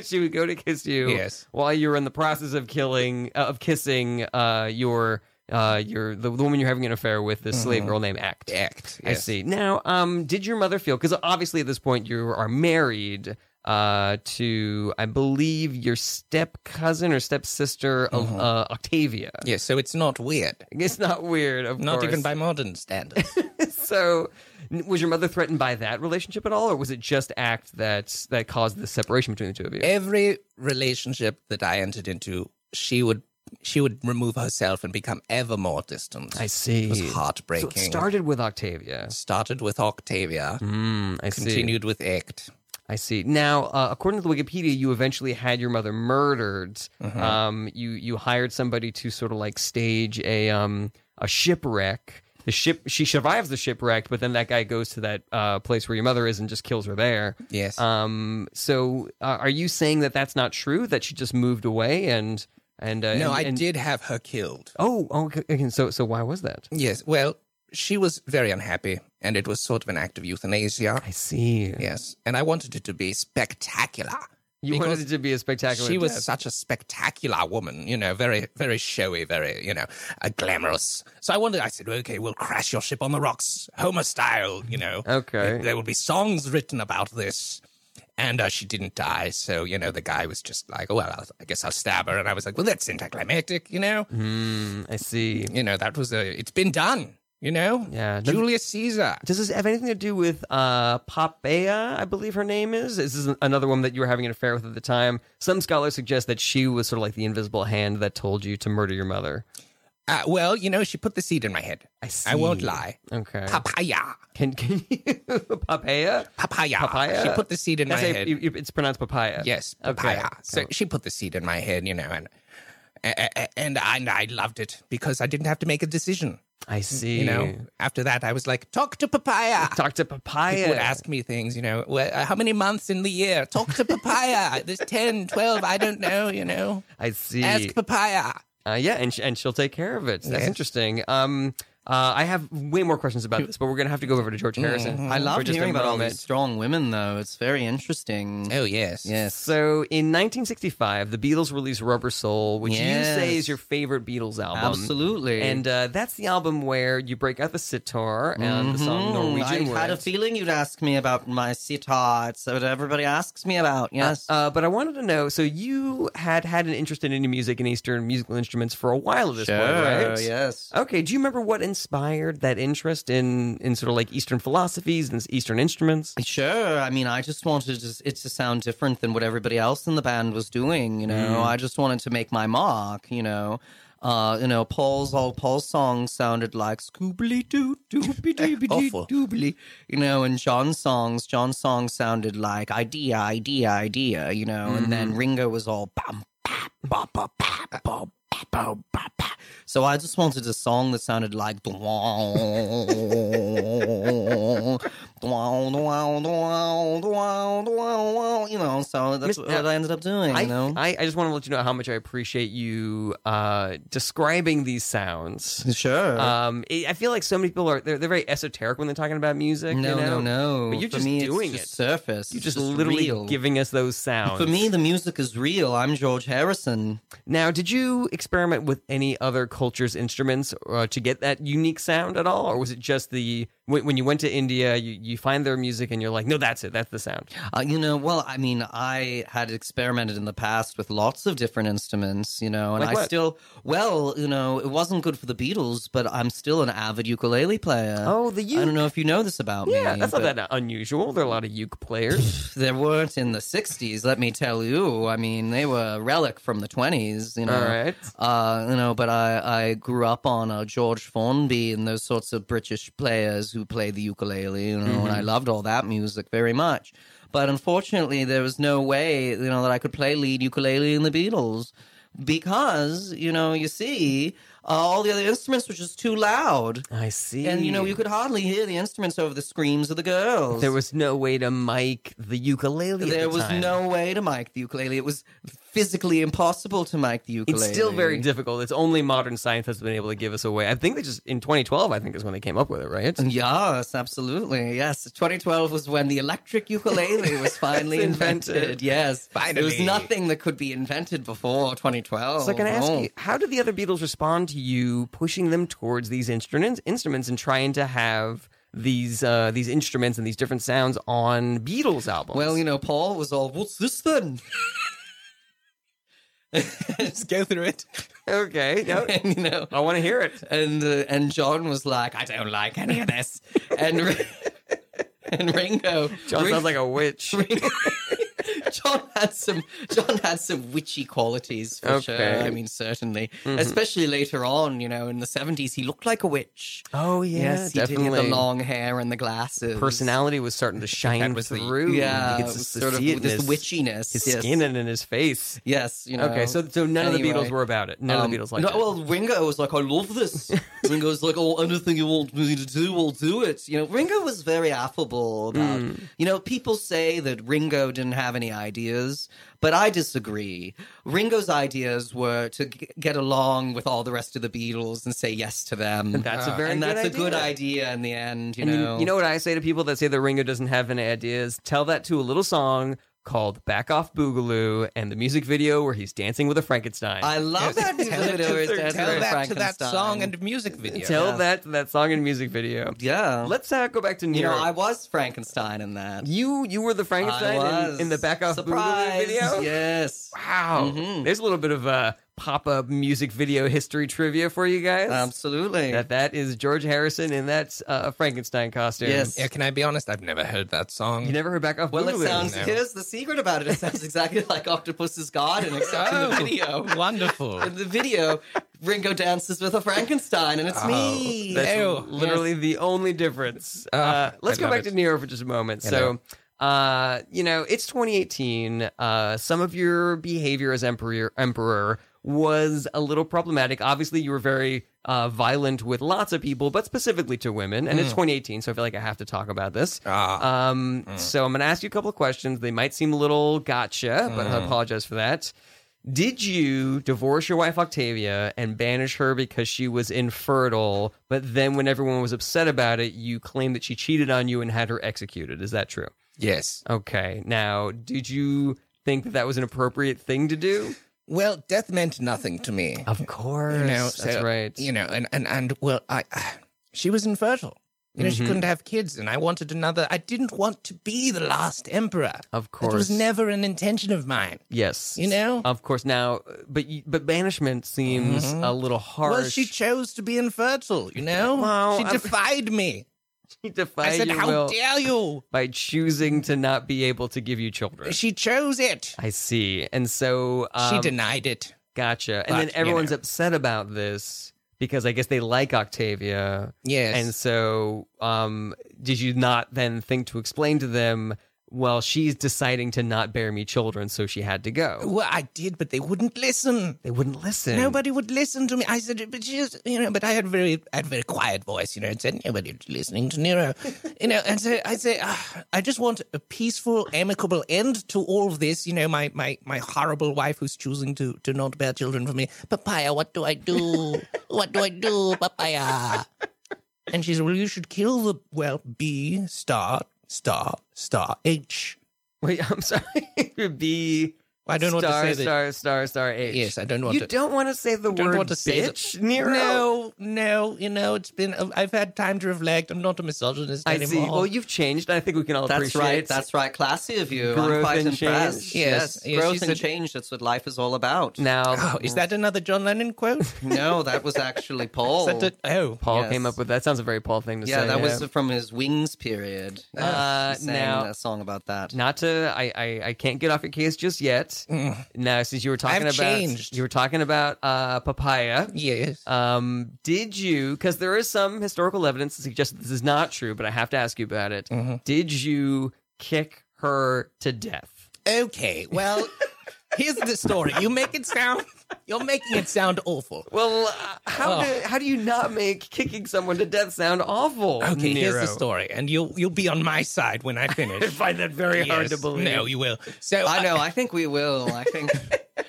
[SPEAKER 5] she would go to kiss you
[SPEAKER 7] Yes.
[SPEAKER 5] while you were in the process of killing uh, of kissing uh, your uh, your the, the woman you're having an affair with, this slave girl named ACT.
[SPEAKER 7] Act.
[SPEAKER 5] I
[SPEAKER 7] Mm-hmm. yes.
[SPEAKER 5] see. Now, um, did your mother feel? Because obviously, at this point, you are married uh, to, I believe, your step cousin or stepsister, of
[SPEAKER 7] Mm-hmm.
[SPEAKER 5] uh, Octavia.
[SPEAKER 7] Yes, so it's not weird.
[SPEAKER 5] It's not weird, of
[SPEAKER 7] Not
[SPEAKER 5] course. [laughs]
[SPEAKER 7] even by modern standards.
[SPEAKER 5] so, n- was your mother threatened by that relationship at all, or was it just act that that caused the separation between the two of you?
[SPEAKER 7] Every relationship that I entered into, she would she would remove herself and become ever more distant.
[SPEAKER 5] I see.
[SPEAKER 7] It was
[SPEAKER 5] so
[SPEAKER 7] heartbreaking.
[SPEAKER 5] it started with Octavia.
[SPEAKER 7] Started with Octavia,
[SPEAKER 5] Mm, I see.
[SPEAKER 7] continued with Act.
[SPEAKER 5] I see. Now, uh, according to the Wikipedia, you eventually had your mother murdered. Um, you you hired somebody to sort of like stage a um a shipwreck. The ship she survives the shipwreck, but then that guy goes to that uh, place where your mother is and just kills her there.
[SPEAKER 7] Yes.
[SPEAKER 5] Um. So, uh, are you saying that that's not true? That she just moved away and and uh,
[SPEAKER 7] no,
[SPEAKER 5] and-
[SPEAKER 7] I
[SPEAKER 5] and-
[SPEAKER 7] did have her killed.
[SPEAKER 5] Oh, oh, okay. okay, So so why was that?
[SPEAKER 7] Yes. Well, she was very unhappy, and it was sort of an act of euthanasia.
[SPEAKER 5] I see.
[SPEAKER 7] Yes. And I wanted it to be spectacular.
[SPEAKER 5] You
[SPEAKER 7] Because
[SPEAKER 5] wanted it to be a spectacular.
[SPEAKER 7] She was
[SPEAKER 5] death.
[SPEAKER 7] such a spectacular woman, you know, very, very showy, very, you know, uh, glamorous. So I wondered, I said, okay, we'll crash your ship on the rocks, Homer style, you know.
[SPEAKER 5] Okay.
[SPEAKER 7] There- There will be songs written about this. And uh, she didn't die. So, you know, the guy was just like, well, I'll, I guess I'll stab her. And I was like, well, that's anticlimactic, you know?
[SPEAKER 5] Mm, I see.
[SPEAKER 7] You know, that was a, it's been done, you know?
[SPEAKER 5] Yeah.
[SPEAKER 7] Julius Caesar.
[SPEAKER 5] Does this have anything to do with uh, Poppaea, I believe her name is? Is this another woman that you were having an affair with at the time? Some scholars suggest that she was sort of like the invisible hand that told you to murder your mother.
[SPEAKER 7] Uh, well, you know, she put the seed in my head.
[SPEAKER 5] I
[SPEAKER 7] I won't
[SPEAKER 5] see.
[SPEAKER 7] lie.
[SPEAKER 5] Okay.
[SPEAKER 7] Papaya.
[SPEAKER 5] can, can [laughs] you... Poppaea?
[SPEAKER 7] Papaya.
[SPEAKER 5] Papaya?
[SPEAKER 7] She put the seed in
[SPEAKER 5] That's
[SPEAKER 7] my
[SPEAKER 5] how
[SPEAKER 7] head.
[SPEAKER 5] you- you- it's pronounced papaya.
[SPEAKER 7] Yes,
[SPEAKER 5] Okay.
[SPEAKER 7] papaya. So she put the seed in my head, you know, and a- a- and I, and I loved it because I didn't have to make a decision.
[SPEAKER 5] I see.
[SPEAKER 7] You know, after that, I was like, talk to papaya.
[SPEAKER 5] Talk to papaya.
[SPEAKER 7] People would ask me things, you know, well, uh, how many months in the year? Talk to papaya. [laughs] There's 10, 12, I don't know, you know.
[SPEAKER 5] I see.
[SPEAKER 7] Ask papaya.
[SPEAKER 5] Uh, yeah, and sh- and she'll take care of it. That's
[SPEAKER 7] Yes.
[SPEAKER 5] interesting. Um, uh, I have way more questions about this, but we're gonna have to go over to George Harrison.
[SPEAKER 6] I
[SPEAKER 5] for
[SPEAKER 6] loved
[SPEAKER 5] just a
[SPEAKER 6] Mm-hmm. hearing about all
[SPEAKER 5] moment.
[SPEAKER 6] these strong women, though. It's very interesting.
[SPEAKER 7] Oh, yes.
[SPEAKER 6] Yes.
[SPEAKER 5] So in 1965, the Beatles released Rubber Soul, which you say
[SPEAKER 6] Yes.
[SPEAKER 5] is your favorite Beatles album.
[SPEAKER 6] Absolutely.
[SPEAKER 5] um, And uh, that's the album where you break out the sitar and the song
[SPEAKER 6] Mhm.
[SPEAKER 5] Norwegian
[SPEAKER 6] I had a
[SPEAKER 5] Wood.
[SPEAKER 6] feeling you'd ask me about my sitar. It's what everybody asks me about. Yes.
[SPEAKER 5] Uh, but I wanted to know. So you had had an interest in Indian music and Eastern musical instruments for a while at this point, right?
[SPEAKER 6] Yes.
[SPEAKER 5] Okay. Do you remember what inspired that interest in in sort of like Eastern philosophies and Eastern instruments?
[SPEAKER 6] Sure. I mean, I just wanted to, it to sound different than what everybody else in the band was doing. You know, I just wanted to make my mark. You know, uh, you know, Paul's all Paul's songs sounded like scoobly doo doobly doobly
[SPEAKER 7] Awful.
[SPEAKER 6] doobly. You know, and John's songs, John's songs sounded like idea, idea, idea. You know, and then
[SPEAKER 5] Mm-hmm.
[SPEAKER 6] Ringo was all bum bap, bop, bop, bap, bop, bap, bop, bap, bap. So I just wanted a song that sounded like dwong, dwong, dwong, dwong, dwong, dwong, dwong, you know, so
[SPEAKER 5] Miss-
[SPEAKER 6] that's what I ended up doing,
[SPEAKER 5] I,
[SPEAKER 6] you know.
[SPEAKER 5] I, I just want to let you know how much I appreciate you uh, describing these sounds.
[SPEAKER 6] sure.
[SPEAKER 5] Um, I I feel like so many people are they're, they're very esoteric when they're talking about music.
[SPEAKER 6] no,
[SPEAKER 5] you know?
[SPEAKER 6] no, no.
[SPEAKER 5] But you're
[SPEAKER 6] For
[SPEAKER 5] just
[SPEAKER 6] me,
[SPEAKER 5] doing
[SPEAKER 6] it's just
[SPEAKER 5] it.
[SPEAKER 6] Surface.
[SPEAKER 5] You're
[SPEAKER 6] It's
[SPEAKER 5] just, literally
[SPEAKER 6] real.
[SPEAKER 5] giving us those sounds.
[SPEAKER 6] For me, the music is real. I'm George Harrison.
[SPEAKER 5] now, did you experiment with any other cultures' instruments uh, to get that unique sound at all, or was it just the when, when you went to India, you, you find their music and you're like, no, that's it, that's the sound.
[SPEAKER 6] Uh, you know, well, I mean, I had experimented in the past with lots of different instruments, you know, and
[SPEAKER 5] Like
[SPEAKER 6] I
[SPEAKER 5] what?
[SPEAKER 6] still, well, you know, it wasn't good for the Beatles, but I'm still an avid ukulele player.
[SPEAKER 5] Oh, the
[SPEAKER 6] I
[SPEAKER 5] uke.
[SPEAKER 6] don't know if you know this about me.
[SPEAKER 5] Yeah, that's not
[SPEAKER 6] but
[SPEAKER 5] that unusual. There are a lot of uke players.
[SPEAKER 6] There weren't in the 60s, let me tell you. I mean, they were a relic from the 20s, you know.
[SPEAKER 5] all right.
[SPEAKER 6] Uh, you know, but I, I grew up on uh, George Formby and those sorts of British players who play the ukulele, you know, and
[SPEAKER 5] Mm-hmm.
[SPEAKER 6] I loved all that music very much. But unfortunately, there was no way, you know, that I could play lead ukulele in the Beatles because, you know, you see, uh, all the other instruments were just too loud.
[SPEAKER 5] [sighs] I see.
[SPEAKER 6] And, you know, you could hardly hear the instruments over the screams of the girls.
[SPEAKER 5] There was no way to mic the ukulele. at
[SPEAKER 6] There
[SPEAKER 5] the
[SPEAKER 6] was
[SPEAKER 5] time.
[SPEAKER 6] no way to mic the ukulele. It was physically impossible to mic the ukulele.
[SPEAKER 5] It's still very difficult. It's only modern science has been able to give us a way. I think they just in 2012. I think is when they came up with it, right?
[SPEAKER 6] [laughs] Yes, absolutely. Yes, 2012 was when the
[SPEAKER 5] [laughs]
[SPEAKER 6] electric ukulele was finally
[SPEAKER 5] invented.
[SPEAKER 6] invented. Yes, there was
[SPEAKER 7] Finally.
[SPEAKER 6] nothing that could be invented before 2012.
[SPEAKER 5] So can I ask
[SPEAKER 6] Oh.
[SPEAKER 5] you, how did the other Beatles respond to you pushing them towards these instruments, instruments, and trying to have these uh, these instruments and these different sounds on Beatles albums? [laughs]
[SPEAKER 6] Well, you know, Paul was all, "What's this then?" and,
[SPEAKER 7] Just go through
[SPEAKER 6] [laughs]
[SPEAKER 7] it.
[SPEAKER 5] Okay. No,
[SPEAKER 6] you know,
[SPEAKER 5] I want to hear it.
[SPEAKER 6] and uh, and John was like, I don't like any of this, and [laughs] Ri- and Ringo,
[SPEAKER 5] John
[SPEAKER 6] Ring-
[SPEAKER 5] sounds like a
[SPEAKER 6] [laughs]
[SPEAKER 5] witch.
[SPEAKER 6] John had some John had some witchy qualities for
[SPEAKER 5] Okay. Mm-hmm.
[SPEAKER 6] sure. I mean, certainly, especially later on, you know, in the seventies, he looked like a witch.
[SPEAKER 5] Oh
[SPEAKER 6] yes, he did. He had the long hair and the glasses.
[SPEAKER 5] Personality was
[SPEAKER 6] [laughs]
[SPEAKER 5] starting to shine
[SPEAKER 4] was the-
[SPEAKER 5] through.
[SPEAKER 6] yeah,
[SPEAKER 5] you
[SPEAKER 6] it
[SPEAKER 5] could
[SPEAKER 6] was
[SPEAKER 5] just
[SPEAKER 6] sort of
[SPEAKER 5] see it in
[SPEAKER 6] this
[SPEAKER 5] his-
[SPEAKER 6] witchiness.
[SPEAKER 5] his
[SPEAKER 6] yes.
[SPEAKER 5] skin and in his face.
[SPEAKER 6] Yes, you know.
[SPEAKER 5] okay, so so none of the
[SPEAKER 6] anyway.
[SPEAKER 5] Beatles were about it. None of the
[SPEAKER 6] Um,
[SPEAKER 5] Beatles like
[SPEAKER 6] no,
[SPEAKER 5] it.
[SPEAKER 6] Well, Ringo was like, I
[SPEAKER 5] [laughs]
[SPEAKER 6] love this. Ringo's like, oh, anything you want me to do, I'll do it. You know, Ringo was very affable about.
[SPEAKER 5] Hmm.
[SPEAKER 6] You know, people say that Ringo didn't have any ideas, but I disagree. Ringo's ideas were to g- get along with all the rest of the Beatles and say yes to them. And
[SPEAKER 5] that's a very
[SPEAKER 6] uh, and
[SPEAKER 5] good
[SPEAKER 6] that's a good idea in the end. You know,
[SPEAKER 5] You know what I say to people that say that Ringo doesn't have any ideas? Tell that to a little song called Back Off Boogaloo and the music video where he's dancing with a Frankenstein.
[SPEAKER 6] I
[SPEAKER 5] [laughs]
[SPEAKER 6] love [laughs] that music
[SPEAKER 7] Tell it
[SPEAKER 6] video.
[SPEAKER 7] to-
[SPEAKER 6] where it's Dancing
[SPEAKER 7] tell
[SPEAKER 6] with
[SPEAKER 7] that to that
[SPEAKER 6] Frankenstein.
[SPEAKER 7] song and music video.
[SPEAKER 5] Tell that to that song and music video.
[SPEAKER 6] yeah,
[SPEAKER 5] Let's uh, go back to New
[SPEAKER 6] you know,
[SPEAKER 5] York.
[SPEAKER 6] I was Frankenstein in that.
[SPEAKER 5] you you were the Frankenstein
[SPEAKER 6] I
[SPEAKER 5] in, in the
[SPEAKER 6] was.
[SPEAKER 5] Back Off Boogaloo
[SPEAKER 6] Surprise.
[SPEAKER 5] video?
[SPEAKER 6] Yes.
[SPEAKER 5] Wow. Oh,
[SPEAKER 7] Mm-hmm.
[SPEAKER 5] There's a little bit of uh, pop-up music video history trivia for you guys.
[SPEAKER 6] Absolutely.
[SPEAKER 5] that that is George Harrison in that uh, Frankenstein costume.
[SPEAKER 6] Yes.
[SPEAKER 7] Yeah, can I be honest? I've never heard that song.
[SPEAKER 5] You never heard Back Off
[SPEAKER 6] well, it
[SPEAKER 5] Boogaloo?
[SPEAKER 6] sounds.
[SPEAKER 7] No.
[SPEAKER 6] Here's the secret about it.
[SPEAKER 5] [laughs]
[SPEAKER 6] It sounds exactly like Octopus's Garden, except in
[SPEAKER 7] [laughs]
[SPEAKER 6] the
[SPEAKER 5] Oh.
[SPEAKER 6] video.
[SPEAKER 7] Oh, Wonderful.
[SPEAKER 6] [laughs] In the video, Ringo dances with a Frankenstein, and it's me.
[SPEAKER 5] Oh, That's
[SPEAKER 7] Ew. Ah,
[SPEAKER 5] literally the only
[SPEAKER 7] [laughs]
[SPEAKER 5] difference. Uh, let's
[SPEAKER 7] I
[SPEAKER 5] go
[SPEAKER 7] love
[SPEAKER 5] back
[SPEAKER 7] it.
[SPEAKER 5] to Nero for just a moment. So, uh, you know, it's 2018. Uh, some of your behavior as emperor emperor was a little problematic. Obviously, you were very uh, violent with lots of people, but specifically to women. And it's
[SPEAKER 6] Hmm.
[SPEAKER 5] 2018, so I feel like I have to talk about this.
[SPEAKER 7] Ah.
[SPEAKER 5] Um, So I'm going to ask you a couple of questions. They might seem a little gotcha, but
[SPEAKER 7] Mm.
[SPEAKER 5] I apologize for that. Did you divorce your wife Octavia and banish her because she was infertile? But then, when everyone was upset about it, you claimed that she cheated on you and had her executed. Is that true?
[SPEAKER 7] yes.
[SPEAKER 5] Okay. Now, did you think that that was an appropriate thing to do?
[SPEAKER 7] Well, death meant nothing to me.
[SPEAKER 5] Of course.
[SPEAKER 7] Oh, you know,
[SPEAKER 5] That's
[SPEAKER 7] so,
[SPEAKER 5] right.
[SPEAKER 7] You know, and and and well, I, I she was infertile. You know,
[SPEAKER 5] Mm-hmm.
[SPEAKER 7] she couldn't have kids, and I wanted another. I didn't want to be the last emperor.
[SPEAKER 5] Of
[SPEAKER 7] It
[SPEAKER 5] course.
[SPEAKER 7] was never an intention of mine.
[SPEAKER 5] yes.
[SPEAKER 7] You know?
[SPEAKER 5] Of course. Now, but you, but banishment seems a little harsh.
[SPEAKER 7] Mm-hmm. Well, she chose to be infertile. You know,
[SPEAKER 5] Well,
[SPEAKER 7] she
[SPEAKER 5] I'm-
[SPEAKER 7] defied me.
[SPEAKER 5] She defied
[SPEAKER 7] I said,
[SPEAKER 5] your
[SPEAKER 7] "How
[SPEAKER 5] will
[SPEAKER 7] dare you?"
[SPEAKER 5] by choosing to not be able to give you
[SPEAKER 7] [laughs]
[SPEAKER 5] children.
[SPEAKER 7] She chose it.
[SPEAKER 5] I see. And so um,
[SPEAKER 7] she denied it.
[SPEAKER 5] Gotcha.
[SPEAKER 7] But,
[SPEAKER 5] and then
[SPEAKER 7] you
[SPEAKER 5] everyone's
[SPEAKER 7] know.
[SPEAKER 5] upset about this because I guess they like Octavia.
[SPEAKER 7] Yes.
[SPEAKER 5] And so, um, did you not then think to explain to them, well, she's deciding to not bear me children, so she had to go?
[SPEAKER 7] Well, I did, but they wouldn't listen.
[SPEAKER 5] They wouldn't listen.
[SPEAKER 7] Nobody would listen to me. I said, but she's, you know, but I had very, I had a very quiet voice, you know, and said nobody's listening
[SPEAKER 5] [laughs]
[SPEAKER 7] to Nero, you know, and so I say, ah, I just want a peaceful, amicable end to all of this, you know, my my my horrible wife who's choosing to to not bear children for me, Papaya, what do I do? what do I do, Papaya? And she said, well, you should kill the well B star star star H.
[SPEAKER 5] [laughs] Wait, I'm sorry. [laughs] It would be
[SPEAKER 7] I don't
[SPEAKER 5] star,
[SPEAKER 7] want to say that.
[SPEAKER 5] star, star, star, H.
[SPEAKER 7] Yes, I don't want
[SPEAKER 5] you
[SPEAKER 7] to.
[SPEAKER 5] don't want to say the
[SPEAKER 7] don't
[SPEAKER 5] word
[SPEAKER 7] want to say the-
[SPEAKER 5] bitch, Nero?
[SPEAKER 7] No, no, you know, it's been, uh, I've had time to reflect. I'm not a misogynist
[SPEAKER 5] I see.
[SPEAKER 7] anymore.
[SPEAKER 5] Well, you've changed. I think we can all
[SPEAKER 6] that's
[SPEAKER 5] appreciate
[SPEAKER 6] right. That's right. Classy of you.
[SPEAKER 5] Growth
[SPEAKER 6] I'm quite
[SPEAKER 5] and
[SPEAKER 6] impressed.
[SPEAKER 5] change.
[SPEAKER 7] Yes, yes,
[SPEAKER 6] Growth
[SPEAKER 7] she's
[SPEAKER 6] and
[SPEAKER 7] a-
[SPEAKER 6] change. That's what life is all about.
[SPEAKER 5] now.
[SPEAKER 7] oh, is that another John
[SPEAKER 5] [laughs]
[SPEAKER 7] Lennon quote? Is
[SPEAKER 6] No, that was actually Paul.
[SPEAKER 7] that a- oh,
[SPEAKER 5] Paul
[SPEAKER 6] Yes.
[SPEAKER 5] came up with that. Sounds a very Paul thing to
[SPEAKER 6] yeah,
[SPEAKER 5] say.
[SPEAKER 6] that was from his Wings period.
[SPEAKER 5] Uh,
[SPEAKER 6] He sang
[SPEAKER 5] now-
[SPEAKER 6] that song about that.
[SPEAKER 5] not to I, I I can't get off your case just yet. Now since you were talking
[SPEAKER 7] I've
[SPEAKER 5] about
[SPEAKER 7] changed.
[SPEAKER 5] you were talking about uh, papaya.
[SPEAKER 7] yes.
[SPEAKER 5] Um, did you? Because there is some historical evidence that suggests that this is not true, but I have to ask you about it. Did you kick her to death?
[SPEAKER 7] Okay, well, here's the story. You make it sound, you're making it sound awful.
[SPEAKER 5] Well, uh, how do how do you not make kicking someone to death sound awful?
[SPEAKER 7] Okay, here's
[SPEAKER 5] Nero?
[SPEAKER 7] the story, and you'll you'll be on my side when I
[SPEAKER 5] [laughs]
[SPEAKER 7] finish. I find that very
[SPEAKER 5] hard to believe.
[SPEAKER 7] No, you will. So uh,
[SPEAKER 6] I know. I think we will. I
[SPEAKER 5] [laughs]
[SPEAKER 6] think